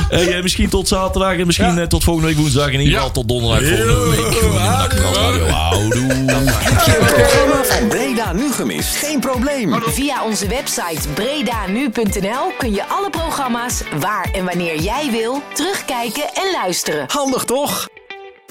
S4: hey, eh, misschien tot zaterdag en misschien eh, tot volgende week woensdag. En in ieder geval
S5: Ja.
S4: tot donderdag volgende week. Gewoon in de Nakpraat Radio. Houdoe.
S7: Heb je het programma van Breda nu gemist? Geen probleem.
S1: Via onze website bredanu.nl kun je alle programma's waar en wanneer jij wil terugkijken en luisteren.
S7: Handig toch?